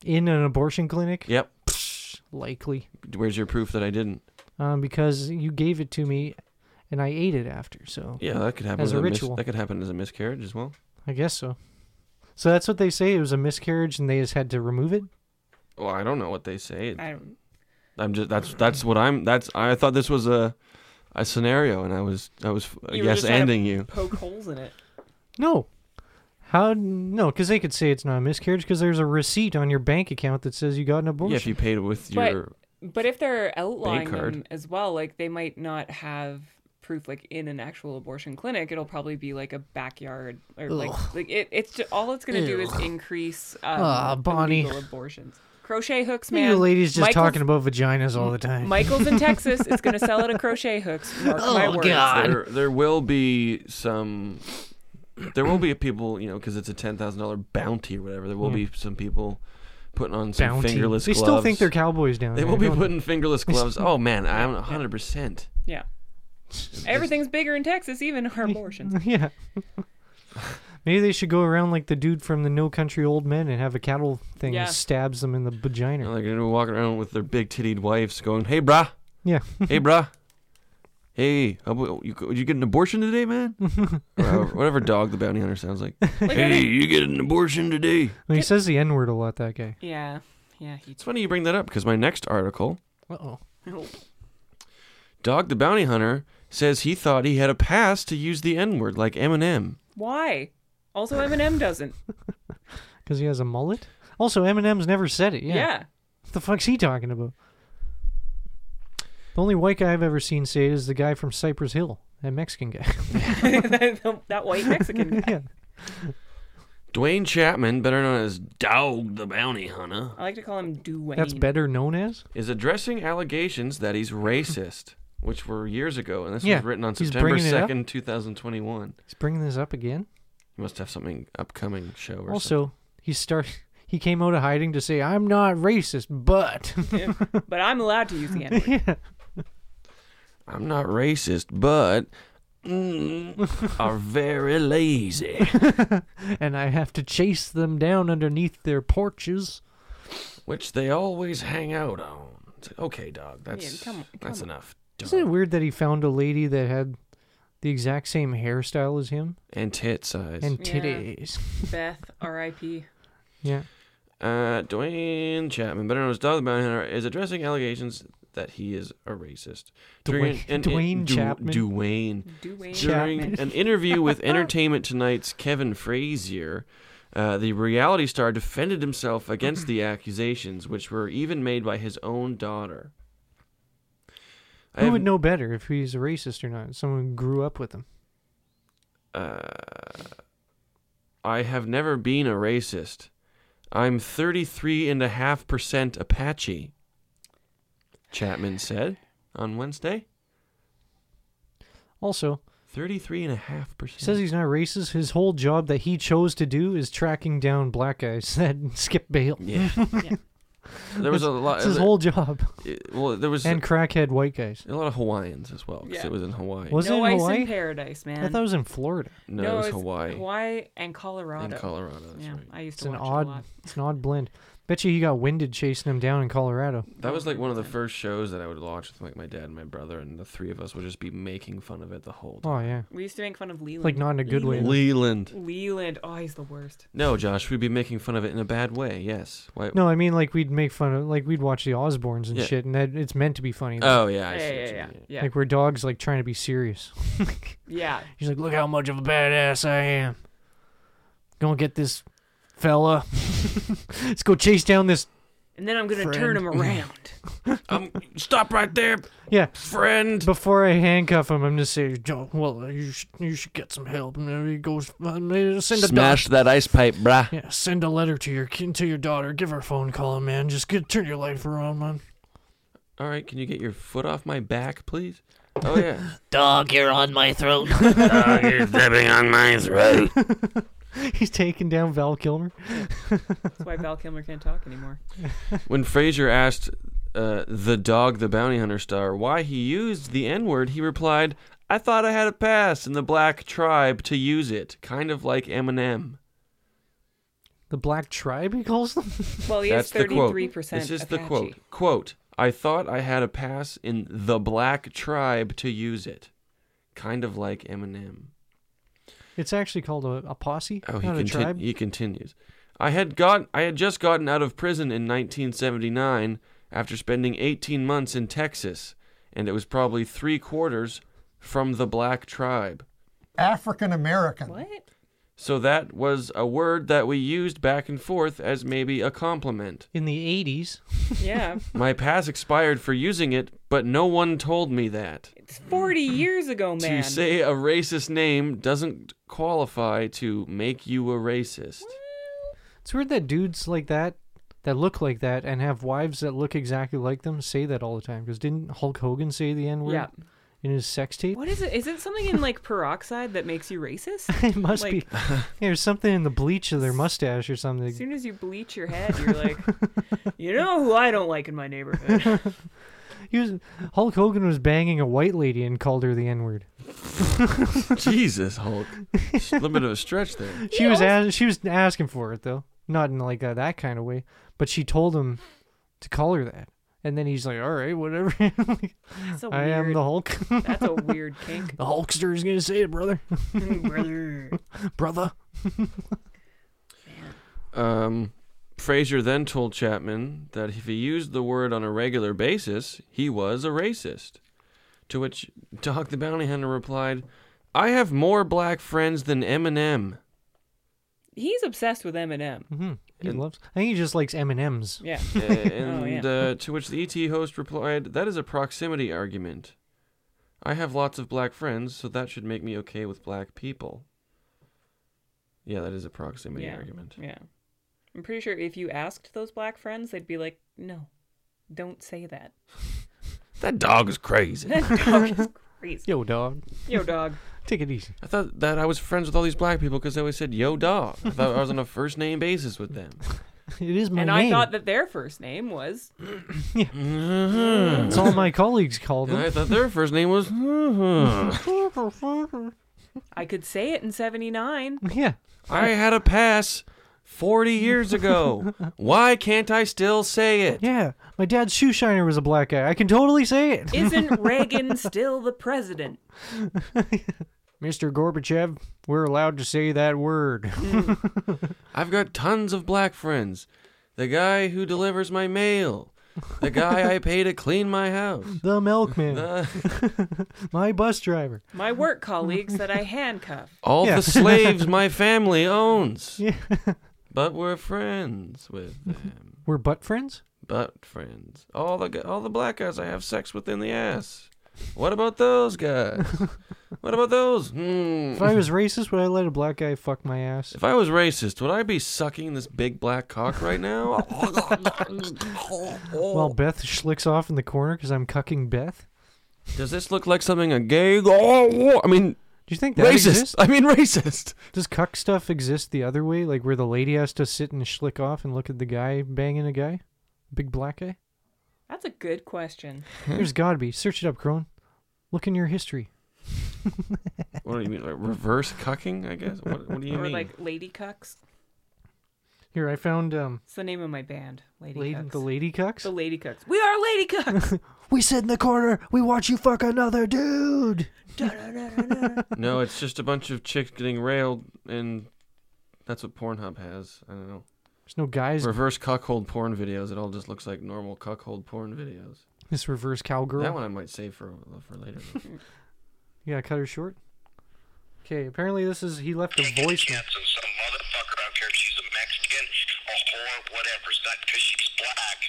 D: in an abortion clinic.
C: Yep.
D: Likely,
C: Where's your proof that I didn't?
D: um, because you gave it to me, and I ate it after. So
C: Yeah, that could happen
D: As a
C: mis-
D: ritual.
C: that could happen as a miscarriage as well.
D: I guess so. So that's what they say. It was a miscarriage, and they just had to remove it.
C: Well, I don't know what they say. It-
E: I don't.
C: I'm just that's that's what I'm that's I thought this was a a scenario and I was I was uh,
E: You were
C: yes
E: just trying to
C: ending you.
E: Poke holes in it.
D: No. How? No, because they could say it's not a miscarriage because there's a receipt on your bank account that says you got an abortion.
C: Yeah, if you paid with
E: But-
C: your
E: But if they're outlying
C: card.
E: them as well, like they might not have proof like in an actual abortion clinic. It'll probably be like a backyard or like like it, it's just, all it's gonna do is increase um,
D: Ah, Bonnie.
E: illegal abortions. Crochet hooks,
D: You
E: man.
D: ladies just
E: Michael's-
D: talking about vaginas all the time.
E: Michael's in Texas. It's gonna sell it at crochet hooks. Mark
C: Oh,
E: my words.
C: there, there will be some there will be people, you know, cuz it's a $10,000 bounty or whatever. There will be some people putting on some
D: Hmm. Bounty.
C: fingerless
D: They
C: gloves.
D: still think they're cowboys down
C: They
D: there.
C: will be
D: don't
C: putting fingerless gloves. Oh man, I'm 100%.
E: Yeah. Everything's bigger in Texas, even our abortions.
D: Yeah. Maybe they should go around like the dude from the No Country Old Men and have a cattle thing
E: Yeah.
D: that stabs them in the
C: You know,
D: vagina.
C: they're going to be walking around with their big tittied wives going, "Hey, brah,
D: Yeah.
C: hey, bruh. Hey, how about- you, you get an abortion today, man? or however- whatever dog the bounty hunter sounds like. hey, you get an abortion today.
D: Well, he says the N word a lot, that guy.
E: Yeah. Yeah. He,
C: It's funny you bring that up because my next article,
D: Uh oh.
C: Dog the Bounty Hunter says he thought he had a pass to use the N word like Eminem.
E: why? Also, Eminem doesn't.
D: Because he has a mullet? Also, Eminem's never said it. Yeah.
E: Yeah.
D: What the fuck's he talking about? The only white guy I've ever seen say it is the guy from Cypress Hill, that Mexican guy.
E: that white Mexican guy.
D: yeah.
C: Dwayne Chapman, better known as Dog the Bounty Hunter,
E: I like to call him Dwayne.
D: That's better known as?
C: is addressing allegations that he's racist, which were years ago, and this
D: Yeah,
C: was written on
D: he's
C: September
D: bringing it up.
C: second, two thousand twenty-one.
D: He's bringing this up again.
C: He must have something upcoming show or something.
D: Also, he start he came out of hiding to say, I'm not racist, but
E: But I'm allowed to use the N word.
C: I'm not racist, but mm, are very lazy.
D: and I have to chase them down underneath their porches.
C: which they always hang out on. It's like, okay, dog, that's
E: come on-
C: that's
E: come
C: enough.
D: Isn't it
C: dog.
D: weird that he found a lady that had the exact same hairstyle as him?
C: And tit size.
D: And
E: Yeah.
D: titties.
E: Beth, R.I.P.
D: Yeah.
C: uh, Dwayne Chapman, better known as Dog the Bounty Hunter, is addressing allegations that he is a racist.
D: Dwayne- Dwayne
C: Du-
D: Chapman?
C: Dwayne.
E: Dwayne.
C: During
D: Chapman.
C: an interview with Entertainment Tonight's Kevin Frazier, uh, the reality star defended himself against the accusations, which were even made by his own daughter. I
D: Who
C: have-
D: would know better if he's a racist or not? Someone who grew up with him.
C: uh, I have never been a racist. I'm 33.5% Apache, Chapman said on Wednesday.
D: Also,
C: 33.5%.
D: he
E: Hmm.
D: says he's not racist. His whole job that he chose to do is tracking down black guys that skip bail.
C: yeah. uh, There was a lot.
D: It's his whole job.
C: well, there was
D: And crackhead white guys.
C: a lot of Hawaiians as well because
E: Yeah.
C: it was in Hawaii.
D: Was
E: no
D: it in
E: ice
D: Hawaii?
E: in paradise, man.
D: I thought it was in Florida.
C: no,
E: no,
C: it was
E: it's
C: Hawaii.
E: Hawaii and Colorado.
C: And Colorado, that's
E: yeah,
C: right.
E: I used
D: It's
E: to
D: an
E: watch it a
D: odd
E: lot.
D: it's an odd blend. Bet you he got winded chasing him down in Colorado.
C: That was like one of the first shows that I would watch with like my dad and my brother, and the three of us would just be making fun of it the whole time.
D: Oh yeah.
E: We used to make fun of Leland.
D: Like not in a good way. though.
C: Leland.
E: Leland. Oh, he's the worst.
C: No, Josh, we'd be making fun of it in a bad way. Yes. Why?
D: No, I mean like we'd make fun of like we'd watch the Osbournes and
C: Yeah.
D: shit and that it's meant to be funny. though.
C: Oh yeah. I
E: Yeah,
C: see
E: yeah,
C: what
E: yeah,
C: you
E: yeah.
C: mean.
E: Yeah.
D: Like where dogs like trying to be serious.
E: yeah.
D: He's like, look how much of a badass I am. Gonna get this fella. Let's go chase down this.
E: And then I'm going to turn him around.
C: Um, stop right there,
D: Yeah.
C: friend.
D: Before I handcuff him, I'm just saying, "Jo- well, uh, you should, you should get some help. And then he goes, uh, send a doc-
G: that ice pipe, bruh.
D: Yeah, send a letter to your kid, to your daughter. Give her a phone call, man. Just get turn your life around, man.
C: All right, can you get your foot off my back, please? Oh yeah.
K: Dog, you're on my throat.
D: He's taking down Val Kilmer.
E: That's why Val Kilmer can't talk anymore.
C: when Frazier asked uh, the dog, the bounty hunter star, why he used the N word, he replied, "I thought I had a pass in the black tribe to use it, kind of like Eminem."
D: The Black Tribe, he calls them.
E: Well, he
C: That's
E: is
C: the quote.
E: 33%
C: This is the
E: Apache.
C: quote. Quote, I thought I had a pass in the black tribe to use it. Kind of like Eminem.
D: It's actually called a, a posse,
C: Oh, he,
D: not a
C: conti-
D: tribe.
C: he continues. I had got I had just gotten out of prison in 1979 after spending 18 months in Texas, and it was probably three quarters from the black tribe.
J: African American.
E: What?
C: So that was a word that we used back and forth as maybe a compliment.
D: In the 80s,
E: Yeah.
C: My pass expired for using it, but no one told me that.
E: It's 40 years ago, man.
C: To say a racist name doesn't qualify to make you a racist.
D: it's weird that dudes like that, that look like that, and have wives that look exactly like them, say that all the time. Because didn't Hulk Hogan say the N word
E: Yeah.
D: in his sex tape?
E: What is it? Is it something in like peroxide that makes you racist?
D: It must
E: like,
D: be. Yeah, There's something in the bleach of their mustache or
E: As
D: something.
E: soon as you bleach your head, you're like, you know who I don't like in my neighborhood.
D: He was, Hulk Hogan was banging a white lady and called her the N word.
C: Jesus, Hulk. A little bit of a stretch there.
D: She was as, she was asking for it though, not in like a, that kind of way. But she told him to call her that, and then he's like, "All right, whatever. Like,
E: That's a weird.
D: I am the Hulk. the
E: That's a weird kink,
D: Hulkster is gonna say it, brother,
E: brother.
D: brother."
C: Um, Frazier then told Chapman that if he used the word on a regular basis, he was a racist. To which Doc the Bounty Hunter replied, I have more black friends than Eminem.
E: He's obsessed with Eminem.
D: Mm-hmm. He loves. I think he just likes M and M's.
E: Oh, Yeah.
C: Uh, and
E: yeah.
C: uh, to which the ET host replied, That is a proximity argument. I have lots of black friends, so that should make me okay with black people. Yeah, that is a proximity
E: yeah.
C: argument.
E: Yeah. I'm pretty sure if you asked those black friends, they'd be like, no, don't say that.
C: That dog is crazy.
E: That dog is crazy.
D: Yo, dog.
E: Yo, dog.
D: Take it easy.
C: I thought that I was friends with all these black people because they always said "yo, dog." I thought I was on a first name basis with them.
D: It is my
E: and I
D: name.
E: thought that their first name was.
D: That's all my colleagues called
C: And I
D: them.
C: thought their first name was.
E: I could say it in 79.
D: yeah.
C: I had a pass forty years ago. Why can't I still say it?
D: Yeah. My dad's shoe shiner was a black guy. I can totally say it.
E: Isn't Reagan still the president?
D: Mr. Gorbachev, we're allowed to say that word.
C: I've got tons of black friends. The guy who delivers my mail. The guy I pay to clean my house.
D: the milkman.
C: Uh,
D: my bus driver.
E: My work colleagues that I handcuff.
C: all
D: Yeah.
C: the slaves my family owns.
D: Yeah.
C: But we're friends with them.
D: We're butt friends?
C: But friends. All the gu- all the black guys I have sex with in the ass. What about those guys? What about those? Hmm.
D: If I was racist, would I let a black guy fuck my ass?
C: If I was racist, would I be sucking this big black cock right now?
D: While Beth schlicks off in the corner because I'm cucking Beth?
C: Does this look like something a gay? Oh, I mean,
D: Do you think that
C: racist.
D: exists?
C: I mean, racist.
D: Does cuck stuff exist the other way? Like where the lady has to sit and schlick off and look at the guy banging a guy? Big black guy?
E: That's a good question.
D: There's gotta be. Search it up, Crone. Look in your history.
C: What do you mean, like reverse cucking? I guess. What, what do you
E: Or
C: mean?
E: like Lady Cucks.
D: Here, I found um
E: It's the name of my band, Lady
D: lady,
E: Cucks.
D: the lady cucks.
E: the Lady Cucks. We are Lady Cucks!
D: we sit in the corner, we watch you fuck another dude.
C: no, it's just a bunch of chicks getting railed, and that's what Pornhub has. I don't know.
D: There's no guys.
C: Reverse cuckold porn videos. It all just looks like normal cuckold porn videos.
D: this reverse cowgirl.
C: That one I might save for for later. though.
D: You gotta cut her short. Okay, apparently this is he left a voicemail.
H: And some motherfucker, I don't care if she's a Mexican, a whore, whatever. It's not because she's black.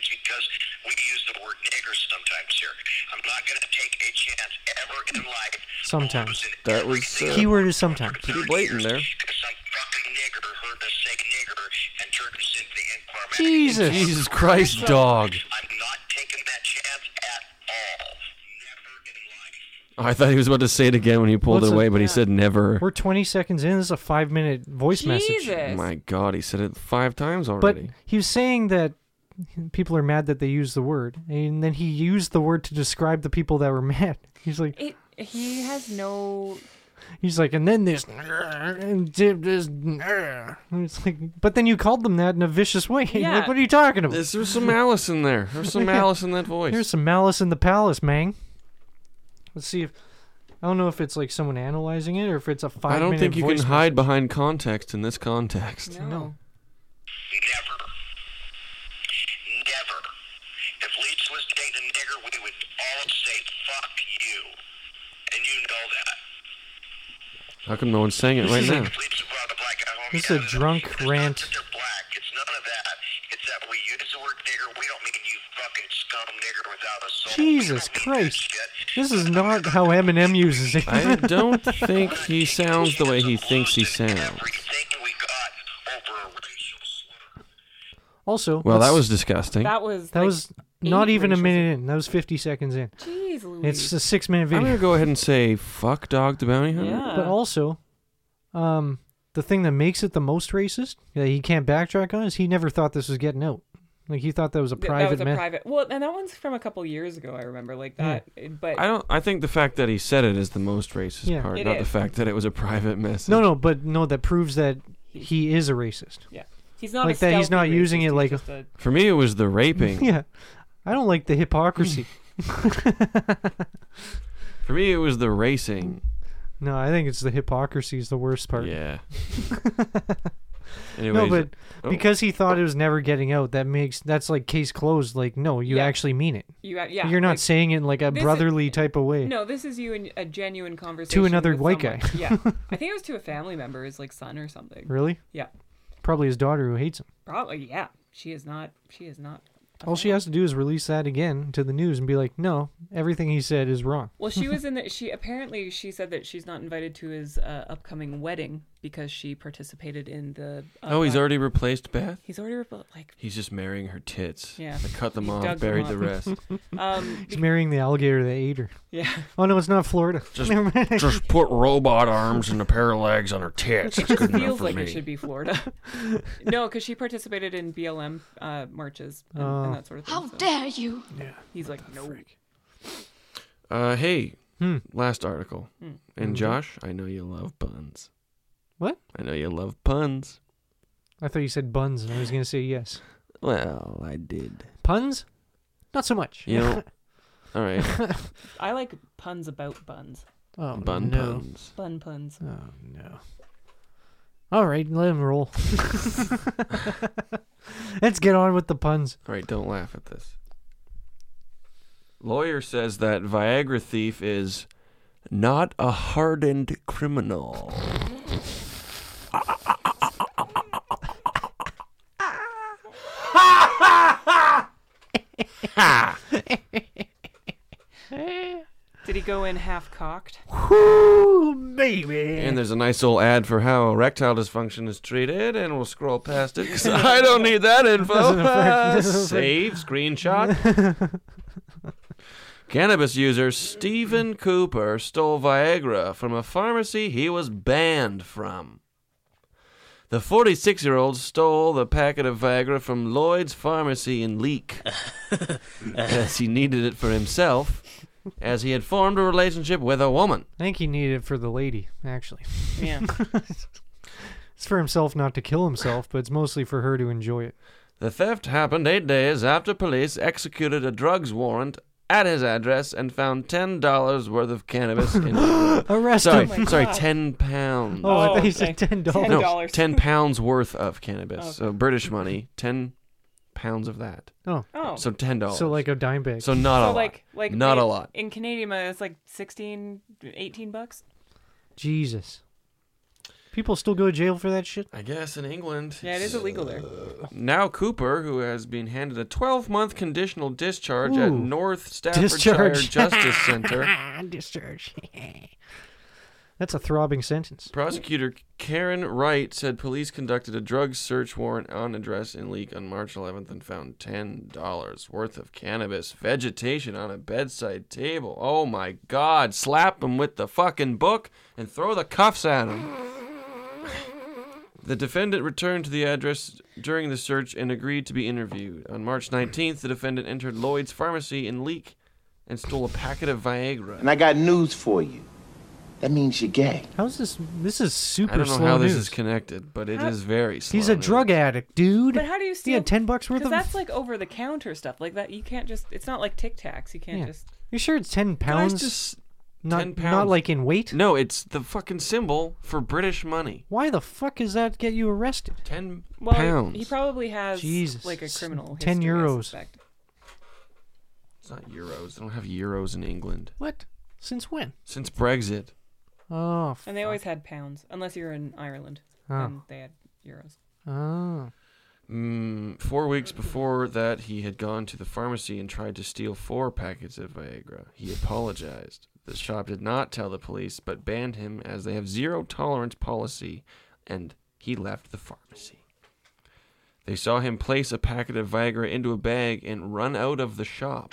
H: It's because we use the word nigger sometimes here. I'm not going to take a chance ever in life.
D: Sometimes.
C: that was uh,
D: Keyword is sometimes.
C: pretty blatant there.
H: Because some fucking nigger heard us say nigger and turned us into the incarnate.
D: Jesus.
C: Jesus Christ, dog!
H: I'm not taking that chance at all. Never in life.
C: Oh, I thought he was about to say it again when he pulled
D: What's
C: it away,
D: a-
C: but he said never. Oh
D: We're 20 seconds in. This is a five minute voice message.
E: Jesus!
C: My God, he said it five times
D: But
C: already.
D: he was saying that people are mad that they use the word, and then he used the word to describe the people that were mad. He's like,
E: It, he has no.
D: he's like, and then this, and did this, and it's like, but then you called them that in a vicious way.
E: Yeah.
D: like, what are you talking about?
C: There's, there's some malice in there. There's some malice in that voice.
D: Here's some malice in the palace, man. Let's see if I don't know if it's like someone analyzing it or if it's a five.
C: I don't
D: minute
C: think you can
D: voice
C: hide behind context in this context.
E: No.
H: Never. Never. If Leach was dating a nigger, we would all say, fuck you. And you know that.
C: How come no one's saying it right
D: is a-
C: now?
H: If Leach brought a black guy home,
D: This
H: yeah,
D: is a drunk
H: It's
D: rant.
H: not that they're black. It's none of that. It's that we use the word nigger. We don't mean you fucking scum nigger without a soul. We
D: Jesus
H: don't mean that
D: Christ.
H: shit.
D: This is not how Eminem uses it.
C: I don't think he sounds the way he thinks he sounds.
H: Everything we got over a racial slur.
D: also,
C: Well, that
D: let's-
C: was disgusting.
E: That was.
D: that
E: like,
D: was not
E: eight
D: even a
E: racial-
D: minute in. That was 50 seconds in.
E: Jeez Louise.
D: It's a six minute
C: I'm
D: video.
C: gonna go ahead and say fuck dog the bounty hunter.
E: Yeah.
D: But also, um, the thing that makes it the most racist that he can't backtrack on is he never thought this was getting out. Like he thought that was a
E: Th-
D: private.
E: that was a
D: me- Hmm.
E: private. Well, and that one's from a couple years ago. I remember like that. But
C: I don't. I think the fact that he said it is the most racist
D: Yeah.
C: part,
E: It
C: not the
E: is.
C: fact that it was a private message.
D: No, no, but no, that proves that he is a racist.
E: yeah, he's not a
D: Like that he's
E: stealthy
D: not using
E: racist,
D: it
E: he's
D: like a-
E: just a,
C: For me, it was the raping.
D: Yeah. I don't like the hypocrisy.
C: For me, it was the racing.
D: no, I think it's the hypocrisy is the worst part.
C: Yeah.
D: No,
C: Anyways,
D: but
C: oh.
D: because he thought it was never getting out, that makes that's like case closed. Like, no, you
E: Yeah.
D: actually mean it.
E: you. Yeah,
D: You're not
E: like,
D: saying it in like a
E: this is-
D: brotherly type of way.
E: No, this is you in a genuine conversation
D: To another
E: with
D: white
E: someone.
D: guy.
E: yeah, I think it was to a family member, his like son or something.
D: Really?
E: Yeah,
D: Probably his daughter who hates him.
E: probably. Yeah, she is not. She is not.
D: All she has to do is release that again to the news and be like, no, everything he said is wrong.
E: Well, she was in the. She apparently she said that she's not invited to his uh, upcoming wedding because she participated in the. uh,
C: oh, he's
E: uh,
C: already replaced Beth.
E: He's already replaced. Like,
C: He's just marrying her tits.
E: Yeah.
C: They cut them
E: He
C: off,
E: dug them
C: buried
E: up.
C: the rest.
E: um,
D: He's marrying the alligator that ate her.
E: Yeah.
D: Oh no, it's not Florida.
C: Just,
D: Never mind.
C: just put robot arms and a pair of legs on her tits. It's good enough
E: feels
C: for
E: like
C: me.
E: it should be Florida. no, because she participated in BLM uh, marches and,
C: Oh.
E: and that sort of thing.
L: How
E: so
L: dare you?
E: He's like, no.
C: Uh, hey, last article.
E: Hmm.
C: And
D: Mhm.
C: Josh, I know you love puns.
D: What?
C: I know you love puns.
D: I thought you said buns, and I was gonna say yes.
C: Well, I did.
D: Puns? Not so much.
C: You know. All right.
E: I like puns about buns.
D: Oh,
C: Bun
D: no.
C: puns.
E: Bun puns.
D: Oh no. All right, let him roll. Let's get on with the puns.
C: All right, don't laugh at this. Lawyer says that Viagra thief is not a hardened criminal.
E: Did he go in half cocked?
D: Whoo, baby.
C: And there's a nice old ad for how erectile dysfunction is treated, and we'll scroll past it because I don't need that info.
D: Doesn't affect- doesn't affect-
C: Save screenshot. Cannabis user Stephen Cooper stole Viagra from a pharmacy he was banned from. The 46 year old stole the packet of Viagra from Lloyd's Pharmacy in Leek as he needed it for himself, as he had formed a relationship with a woman.
D: I think he needed it for the lady, actually.
E: Yeah.
D: it's for himself not to kill himself, but it's mostly for her to enjoy it.
C: The theft happened eight days after police executed a drugs warrant at his address and found ten dollars worth of cannabis. in
D: Arrest
C: Sorry,
D: him. Oh my
C: sorry,
D: God.
C: ten pounds.
D: Oh, I thought you said $10.
C: No,
D: $10.
C: ten pounds worth of cannabis.
D: Okay.
C: So British money, ten pounds of that.
D: Oh.
E: Oh.
C: So ten dollars.
D: So like a dime bag.
C: So not a
E: so
C: lot.
E: like, like
C: not a
E: in-
C: lot.
E: In Canadian, money, it's like 16, 18 bucks.
D: Jesus. People still go to jail for that shit?
C: I guess in England.
E: Yeah, it is
C: it's-
E: illegal there.
C: Now Cooper, who has been handed a 12-month conditional discharge at
D: Ooh.
C: North Staffordshire
D: Discharge.
C: Justice Centre.
E: Ah,
D: Discharge. That's a throbbing sentence.
C: Prosecutor Karen Wright said police conducted a drug search warrant on address in Leak on March 11th and found $10 worth of cannabis vegetation on a bedside table. Oh my god, slap him with the fucking book and throw the cuffs at him. The defendant returned to the address during the search and agreed to be interviewed. On March 19th, the defendant entered Lloyd's pharmacy in Leak and stole a packet of Viagra.
M: And I got news for you. That means you're gay.
D: How's this? This is super
C: I don't know
D: slow
C: how
D: news.
C: this is connected, but it is
E: How-
C: very slow.
D: He's a drug addict, dude.
E: But how do you steal?
D: He had ten bucks worth
E: 'cause
D: of.
E: that's like over the counter stuff. Like that, you can't just. It's not like Tic Tacs. You can't
D: Yeah.
E: just.
D: You sure it's ten pounds?
C: just-
D: not
C: 10
D: not
C: pounds.
D: like in weight.
C: No, it's the fucking symbol for British money.
D: Why the fuck does that get you arrested?
C: Ten
E: Well,
C: pounds.
E: he probably has
D: Jesus.
E: like a criminal.
D: Ten
E: history, I
D: euros.
E: suspect.
C: It's not euros. They don't have euros in England
D: What? Since when?
C: since Brexit.
D: Oh. f-
E: And they always had pounds, unless you're in Ireland.
D: Oh.
E: Then they had euros.
D: Oh.
C: Mm, four weeks before that, he had gone to the pharmacy and tried to steal four packets of Viagra. He apologized. The shop did not tell the police, but banned him as they have zero tolerance policy, and he left the pharmacy. They saw him place a packet of Viagra into a bag and run out of the shop.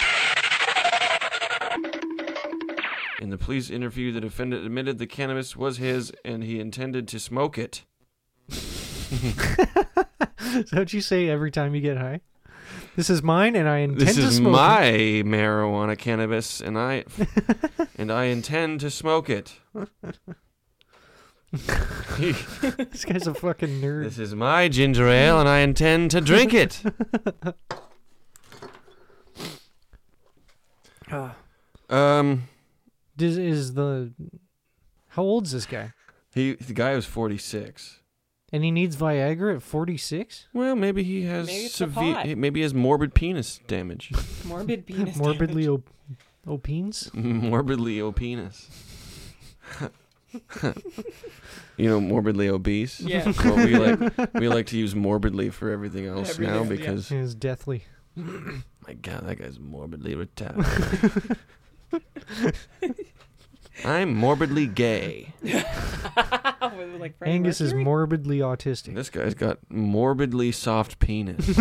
C: In the police interview, the defendant admitted the cannabis was his and he intended to smoke it.
D: Is that what you say every time you get high? This is mine, and I intend
C: This
D: to
C: is
D: smoke.
C: my
D: it.
C: marijuana cannabis, and I and I intend to smoke it.
D: this guy's a fucking nerd.
C: This is my ginger ale, and I intend to drink it. um,
D: This is the. How old's this guy?
C: he the guy was forty six.
D: And he needs Viagra at forty six.
C: Well, maybe he has
E: Maybe it's the
C: severe.
E: pot.
C: Maybe he has morbid penis damage.
E: Morbid penis.
D: Morbidly op- opines.
C: morbidly openis. you know, morbidly obese.
D: Yeah.
C: Well, we like we like to use morbidly for everything else now
D: Everything, yeah.
C: because
D: It is deathly.
C: my god, that guy's morbidly retarded. I'm morbidly gay.
E: like Freddie
D: Angus is
E: Mercury?
D: morbidly autistic.
C: This guy's got morbidly soft penis.
D: Is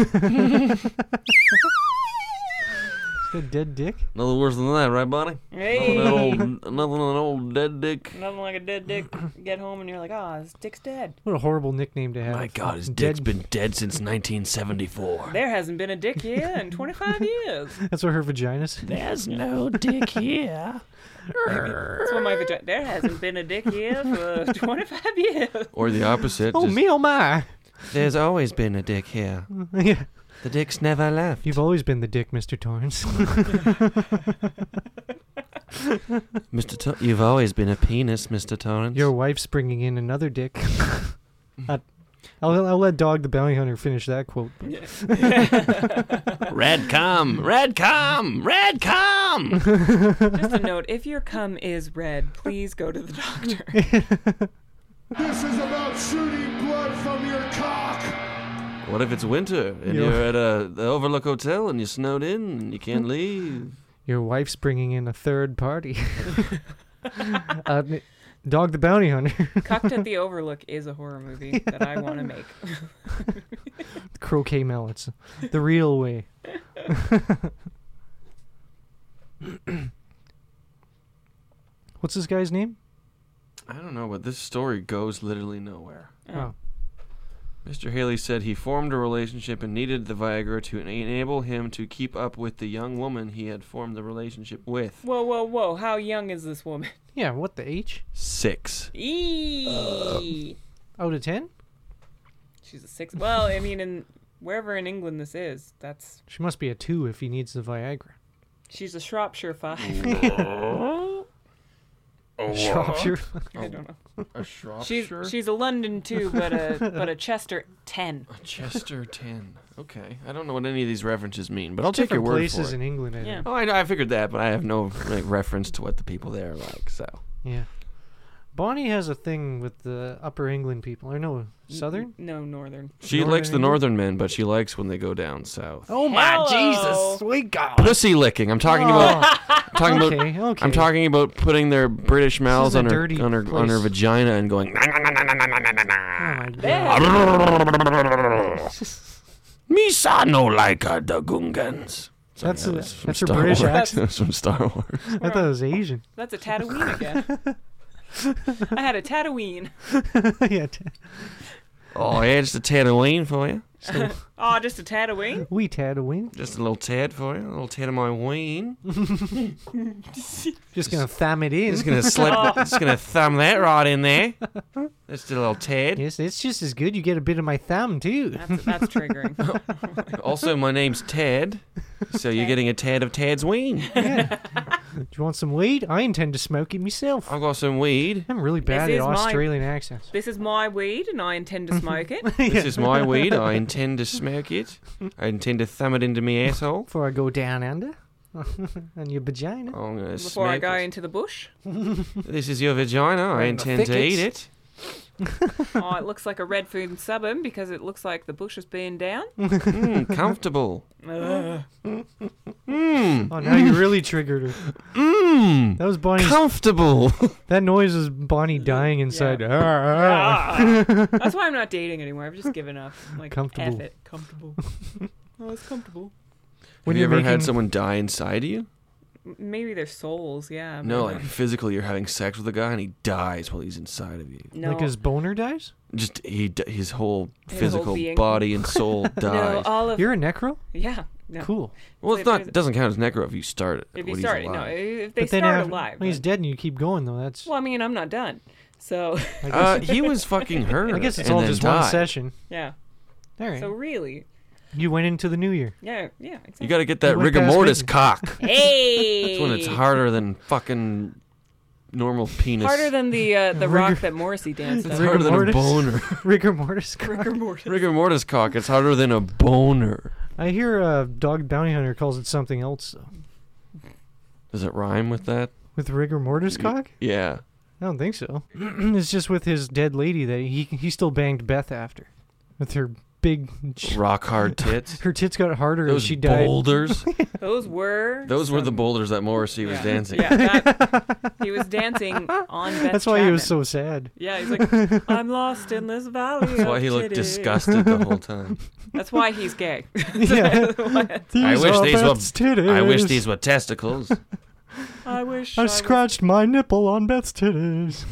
D: that dead dick?
C: Nothing worse than that, right, Bonnie?
D: Oh,
E: Hey.
C: Nothing than an old, nothing than an old dead dick.
E: Nothing like a dead dick. You Get home and you're like, ah, this dick's dead.
D: What a horrible nickname to have.
C: My God, his
D: dead.
C: dick's been dead since 1974.
E: There hasn't been a dick here in 25 years.
D: That's what her vagina's.
E: There's no dick
D: here.
E: That's what my vagina. There hasn't been a dick here for 25 years.
C: Or the opposite.
D: Oh me, oh my!
C: There's always been a dick here.
D: yeah.
C: The dick's never left.
D: You've always been the dick, Mister Torrance.
C: Mr. Tor- you've always been a penis, Mr. Torrance.
D: Your wife's bringing in another dick. I, will I'll let Dog the Bounty Hunter finish that quote.
C: Red cum, red cum, red cum.
E: Just a note if your cum is red, please go to the doctor.
L: This is about shooting blood from your cock.
C: What if it's winter and
D: Yeah.
C: you're at a the Overlook Hotel and you're snowed in and you can't leave?
D: Your wife's bringing in a third party. uh, Dog the Bounty Hunter.
E: Cucked at the Overlook is a horror movie that I want to make.
D: Croquet Mallets. The real way. What's this guy's name?
C: I don't know, but this story goes literally nowhere.
D: Oh.
C: Mr. Haley said he formed a relationship and needed the Viagra to enable him to keep up with the young woman he had formed the relationship with.
E: Whoa, whoa, whoa. How young is this woman?
D: Yeah, what the H?
C: Six. Uh.
E: Eee.
D: Out of 10?
E: She's a six. Well, I mean, in wherever in England this is, that's.
D: She must be a 2 if he needs the Viagra.
E: She's a Shropshire five.
C: Oh,
D: Shropshire.
E: I don't know.
C: A
E: She's,
C: Shropshire?
E: she's a London two, but a but a Chester ten.
C: A Chester ten. Okay. I don't know what any of these references mean, but I'll take your
D: Different
C: word
D: places
C: for it.
D: in England. I
E: Yeah.
D: think.
C: Oh, I, I figured that, but I have no like reference to what the people there are like. So
D: Yeah. Bonnie has a thing with the Upper England people. Or no, Southern?
E: No, northern.
C: she likes the northern men, but she likes when they go down south.
D: Oh my
E: Hello.
D: Jesus, sweet God.
C: Pussy licking. I'm talking about. I'm talking
D: Oh, Okay,
C: about.
D: okay.
C: Oh, I'm talking about putting their British mouths
D: a
C: on her
D: dirty
C: on her on her
D: place.
C: vagina and going. "Nah, nah, nah, nah, nah, nah, nah, nah, nah."
D: Oh my
E: There.
C: Me sa no like a the Gungans. Sorry,
D: That's
C: that
D: a-
C: was from
D: that's a
C: Star
D: British
C: Wars.
D: accent.
C: That's from Star Wars.
D: I thought it was Asian.
E: That's a Tatooine again. I had a Tatooine.
D: yeah. t-
C: Oh yeah, just a Tatooine for you.
E: Oh, just a Tatooine.
D: We Tatooine.
C: Just a little tad for you. A little tad of my ween.
D: Just gonna thumb it in.
C: Just gonna slip. that, just gonna thumb that right in there. Just a little tad.
D: Yes, it's just as good. You get a bit of my thumb too.
E: That's, that's triggering.
C: Also, my name's Tad, so you're getting a tad of Tad's ween.
D: Do you want some weed? I intend to smoke it myself.
C: I've got some weed.
D: I'm really bad
E: This
D: at
E: is mine.
D: Australian accents.
E: This is my weed, and I intend to smoke it.
C: This is my weed. I intend to smoke it. I intend to thumb it into me asshole.
D: Before I go down under, and your vagina.
C: I'm gonna
E: Before I
C: smack
E: go
C: it.
E: into the bush,
C: This is your vagina. I
D: in the
C: intend to eat it.
E: oh, it looks like a Redfern suburb because it looks like the bush is being down.
C: Mm, comfortable.
E: Ugh.
D: Oh, now you really triggered her.
C: Mmm.
D: That was Bonnie.
C: Comfortable.
D: That noise was Bonnie dying inside. Ah, ah.
E: Ah. That's why I'm not dating anymore. I've just given up. I'm like,
D: Comfortable.
E: F it. Comfortable. oh, it's comfortable.
D: When
C: Have you
D: you're
C: ever had
D: making-
C: someone die inside of you?
E: M- Maybe their souls, yeah.
C: No,
E: but,
C: like physically, you're having sex with a guy and he dies while he's inside of you.
E: uh, no.
D: Like his boner dies.
C: Just he, d- his whole
E: whole
C: physical
E: being.
C: body and soul
E: no,
C: dies.
E: all of
D: You're a necro.
E: yeah. No.
D: Cool.
C: well, it's not doesn't count as necro if you start it.
E: If
C: when
E: you
C: he's
E: start, no.
C: alive.
E: If they
D: but then
E: start
D: af-
E: alive.
D: when he's
E: but-
D: dead and you keep going though, that's.
E: Well, I mean, I'm not done. So,
C: Uh, he was fucking her.
D: I guess it's
C: and
D: all
C: then
D: just
C: died.
D: one session.
E: yeah.
D: All right.
E: So really,
D: you went into the new year.
E: yeah, yeah. Exactly.
C: You got to get that
D: He went
C: rigor
D: past
C: mortis
D: midnight.
C: cock.
E: hey.
C: That's when it's harder than fucking normal penis.
E: Harder than the uh, the
D: Rigor-
E: rock that Morrissey danced.
C: it's
E: on.
C: harder than
D: Rigor
C: a boner.
D: Rigor mortis.
E: Rigor mortis.
C: rigor mortis cock. It's harder than a boner.
D: I hear uh, Dog Bounty Hunter calls it something else though.
C: Does it rhyme with that?
D: With rigor mortis cock?
C: Yeah.
D: I don't think so. it's just with his dead lady that he he still banged Beth after, with her big
C: Rock hard tits.
D: Her tits got harder
C: Those
D: as she died.
C: boulders.
E: Those were.
C: Those were the boulders that Morrissey was dancing.
E: Yeah, that, he was dancing on Beth
D: That's why he was
E: Chapman.
D: so sad.
E: Yeah, he's like, I'm lost in this valley.
C: That's why
E: of
C: he looked
E: titties."
C: disgusted the whole time.
E: That's why he's gay.
D: Yeah.
C: I
D: These
C: wish
D: are
C: these were.
D: Beth's
C: I wish
D: titties.
C: these were testicles.
E: I wish I
D: I
E: was-
D: scratched my nipple on Beth's titties.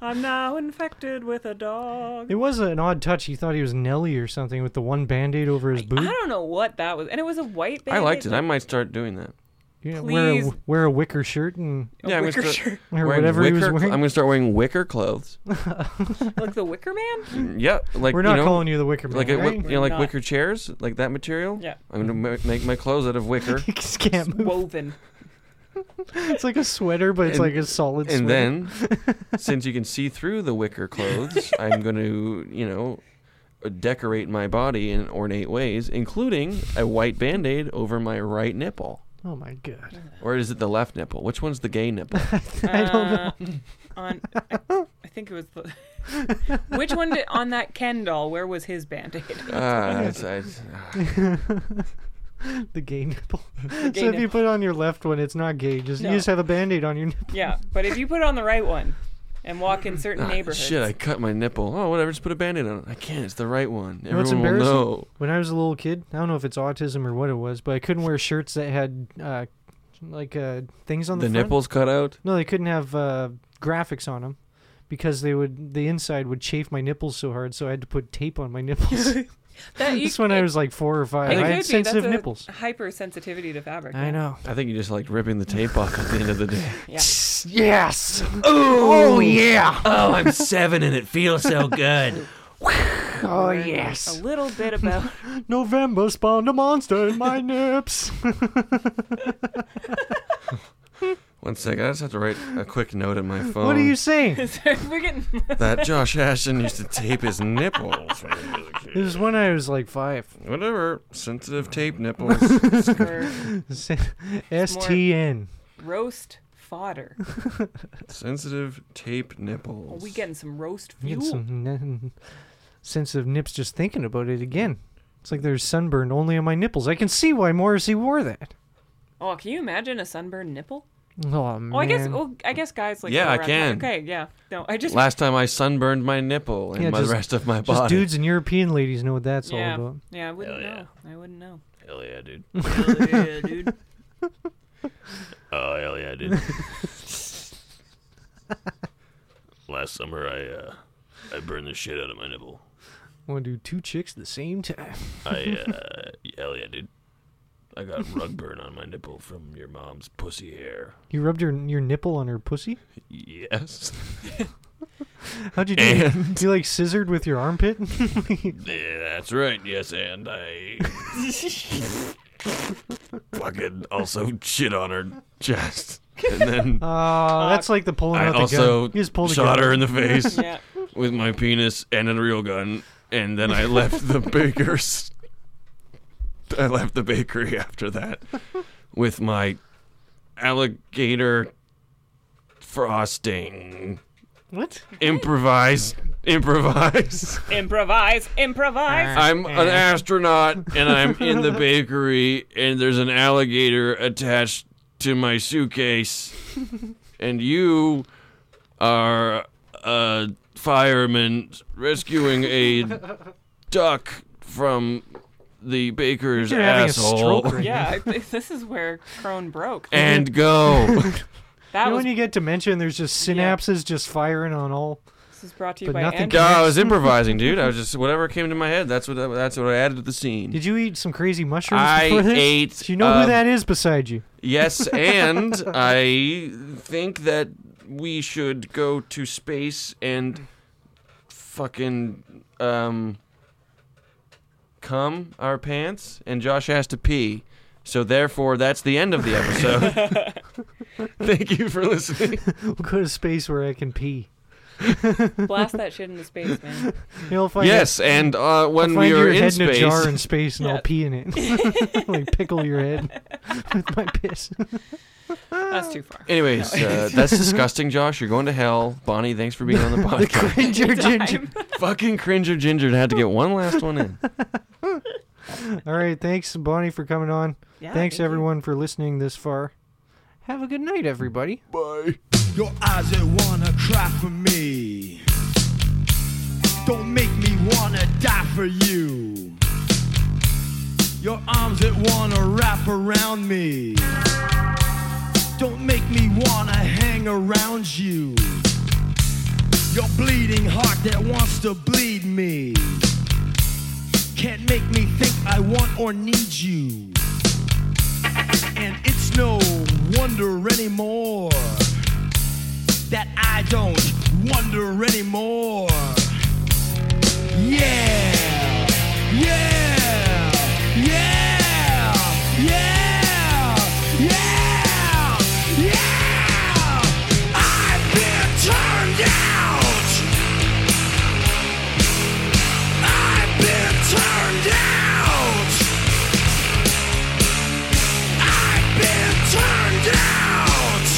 E: I'm now infected with a dog.
D: It was an odd touch. He thought he was Nelly or something with the one band aid over his
E: I
D: boot.
E: don't know what that was, and it was a white.
C: I liked it.
E: bandage.
C: I might start doing that.
D: Yeah, wear, a,
E: please.
D: wear a wicker shirt and
C: I'm gonna
E: wicker
C: start
E: shirt.
D: Or
C: wearing
D: whatever he was
C: wicker cl-
D: wearing.
C: I'm gonna start wearing wicker clothes.
E: like the Wicker Man.
C: Yeah, like
D: We're
C: you
D: not
C: know,
D: calling you the Wicker Man,
C: Like a,
D: right?
C: you know, like
E: Not.
C: wicker chairs, like that material.
E: Yeah.
C: I'm gonna ma- make my clothes out of wicker.
D: Just can't move.
E: Woven.
D: It's like a sweater, but it's
C: And-
D: like a solid
C: and
D: sweater.
C: then, since you can see through the wicker clothes, I'm going to, you know, uh, decorate my body in ornate ways, including a white band aid over my right nipple.
D: Oh my god.
C: Or is it the left nipple? Which one's the gay nipple? Ah,
D: I don't know.
E: Uh, on, I, I think it was the. Which one did, on that Ken doll? Where was his band aid?
C: Ah, it's- it's-
D: the gay nipple.
E: gay
D: so if you
E: nipple.
D: put on your left one, it's not gay. Just
E: No.
D: you just have a band aid on your nipple.
E: yeah, but if you put on the right one and walk in certain
C: ah,
E: neighborhoods,
C: shit, I cut my nipple. Oh, whatever, just put a band aid on it. I can't, it's the right one.
D: You know what's
C: Everyone will
D: embarrassing?
C: know.
D: When I was a little kid, I don't know if it's autism or what it was, but I couldn't wear shirts that had uh, like uh, things on the,
C: The
D: front.
C: nipples cut out?
D: No, they couldn't have uh, graphics on them because they would the inside would chafe my nipples so hard, so I had to put tape on my nipples.
E: that you,
D: That's when I was like four or five.
E: it
D: I
E: could be.
D: had sensitive
E: That's a
D: nipples.
E: Hypersensitivity to fabric.
D: I
E: yeah.
D: know.
C: I think you just like ripping the tape off at the end of the day.
E: Yeah.
D: Yes.
C: Oh,
D: yeah.
C: Oh, I'm seven and it feels so good.
D: Oh
E: Learn A little bit about
D: November spawned a monster in my nips.
C: One sec, I just have to write a quick note in my phone.
D: What are you saying?
E: We're getting
C: That Josh Ashton used to tape his nipples. when he was a kid.
D: It was when I was like five.
C: Whatever, sensitive tape nipples.
E: for
D: STN.
E: roast fodder.
C: sensitive tape
E: Are
C: nipples.
E: we getting some roast
D: I
E: fuel?
D: get some n- sensitive nips just thinking about it again. It's like there's sunburn only on my nipples. I can see why Morrissey wore that.
E: Oh, can you imagine a sunburned nipple?
D: Oh man.
E: Oh, I guess. Well, I guess guys like.
C: Yeah,
E: go
C: I
E: around-
C: can.
E: Okay, yeah. No, I just.
C: Last time I sunburned my nipple and
D: Yeah,
C: my
D: just-
C: rest of my
D: Just
C: body.
D: dudes and European ladies know what that's
E: yeah,
D: all about.
E: yeah, I wouldn't
G: Hell yeah.
E: know. I wouldn't know.
G: Hell yeah, dude.
E: yeah, dude.
G: Oh, hell yeah, dude. Last summer, I uh, I burned the shit out of my nipple.
D: Want to do two chicks at the same time?
G: I uh, hell yeah, dude. I got rug burn on my nipple from your mom's pussy hair.
D: You rubbed your your nipple on her pussy?
G: Yes.
D: How'd you do? it? You like scissored with your armpit?
G: Yeah, that's right. Yes, and I fucking also shit on her chest, and then
D: Uh, that's like the pulling
G: I
D: out the
G: also
D: gun. You just pulled a
G: shot
D: gun.
G: her in the face
E: Yeah.
G: with my penis and a real gun, and then I left the baker's. I left the bakery after that with my alligator frosting.
D: What?
G: Improvise, improvise.
E: Improvise, improvise.
G: I'm an astronaut and I'm in the bakery and there's an alligator attached to my suitcase. And you are a fireman rescuing a duck from the baker's
D: You're having a
G: asshole.
D: stroke right now.
E: yeah, I, this is where Crone broke.
G: and go.
E: that
D: You know
E: was.
D: when you get dementia and there's just synapses just firing on all.
E: this is brought to you
D: but
E: by
D: nothing-
E: Andrew.
G: no, I was improvising, dude. I was just whatever came to my head. That's what that's what I added to the scene.
D: Did you eat some crazy mushrooms
G: I
D: before this?
G: ate,
D: Do you know
G: uh,
D: who that is beside you?
G: Yes, and I think that we should go to space and fucking um cum our pants and Josh has to pee. So therefore that's the end of the episode. Thank you for listening.
D: We'll go to space where I can pee.
E: Blast that shit into space, man.
D: You'll find
G: Yes, and uh
D: I'll
G: when
D: find
G: we are
D: your
G: in
D: head in a
G: space
D: jar in space and
E: Yeah.
D: I'll pee in it. like pickle your head with my piss.
E: That's too far.
C: Anyways, uh, that's disgusting, Josh. You're going to hell. Bonnie, thanks for being on the podcast.
D: Cringer Ginger.
C: Fucking Cringer Ginger had to get one last one in.
D: All right. Thanks, Bonnie, for coming on.
F: Yeah,
D: thanks,
F: thank you.
D: everyone, for listening this far. Have a good night, everybody.
F: Bye. Your eyes that wanna cry for me. Don't make me wanna die for you. Your arms that wanna wrap around me. Don't make me wanna hang around you. Your bleeding heart that wants to bleed me. Can't make me think I want or need you. And it's no wonder anymore that I don't wonder anymore. Yeah, yeah, yeah, yeah, yeah, yeah. I've been turned out. I've been turned out. I've been turned out.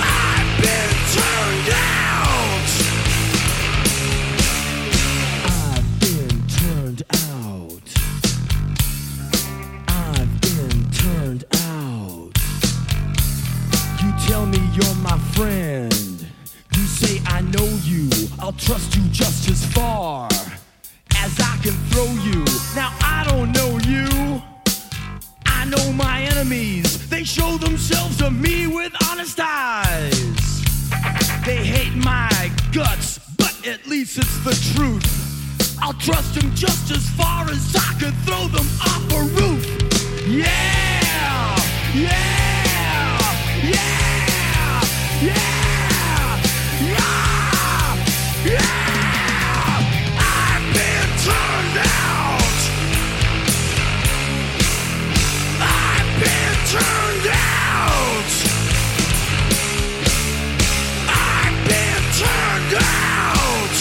F: I've been turned out. I've been turned out. I've been turned out. You tell me you're my friend. You say I know you. I'll trust you just as far as I can throw you. Now I don't know you. I know my enemies. They show themselves to me with honest eyes. They hate my guts, but at least it's the truth. I'll trust them just as far as I could throw them off a roof. Yeah, yeah, yeah, yeah, yeah, yeah. I've been turned out. I've been turned out. I've been turned out.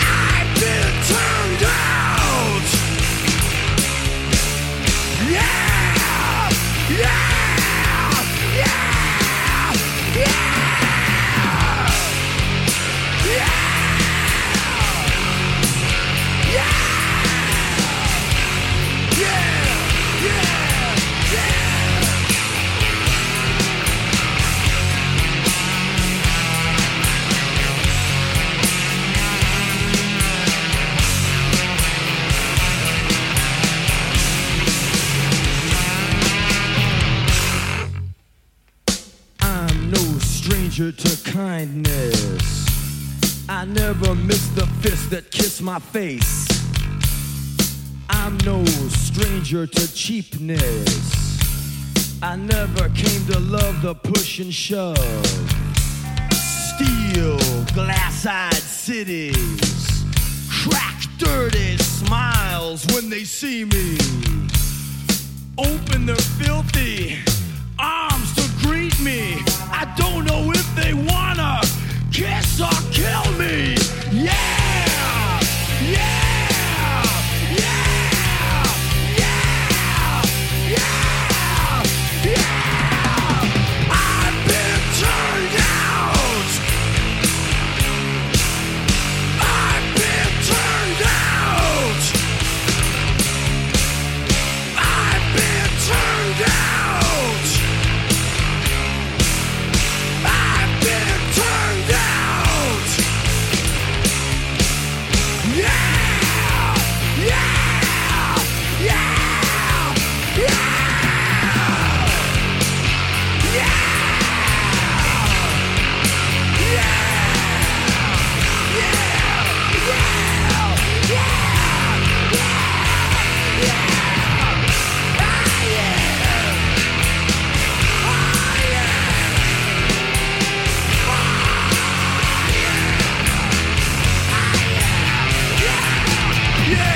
F: I've been turned out. Yeah, yeah, yeah, yeah, yeah, yeah. I'm no stranger to kindness. I never miss the fist that kiss my face. I'm no stranger to cheapness. I never came to love the push and shove. Steel, glass eyed cities. Crack dirty smiles when they see me. Open their filthy arms to greet me. I don't know if they wanna kiss or kill me. Yeah, yeah, yeah, yeah, yeah, yeah. I've been turned out. I've been turned out. I've been turned out. I've been turned out. Yeah, yeah, yeah, yeah, yeah.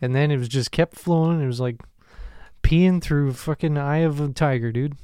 D: and then it was just kept flowing. It was like peeing through fucking eye of a tiger, dude.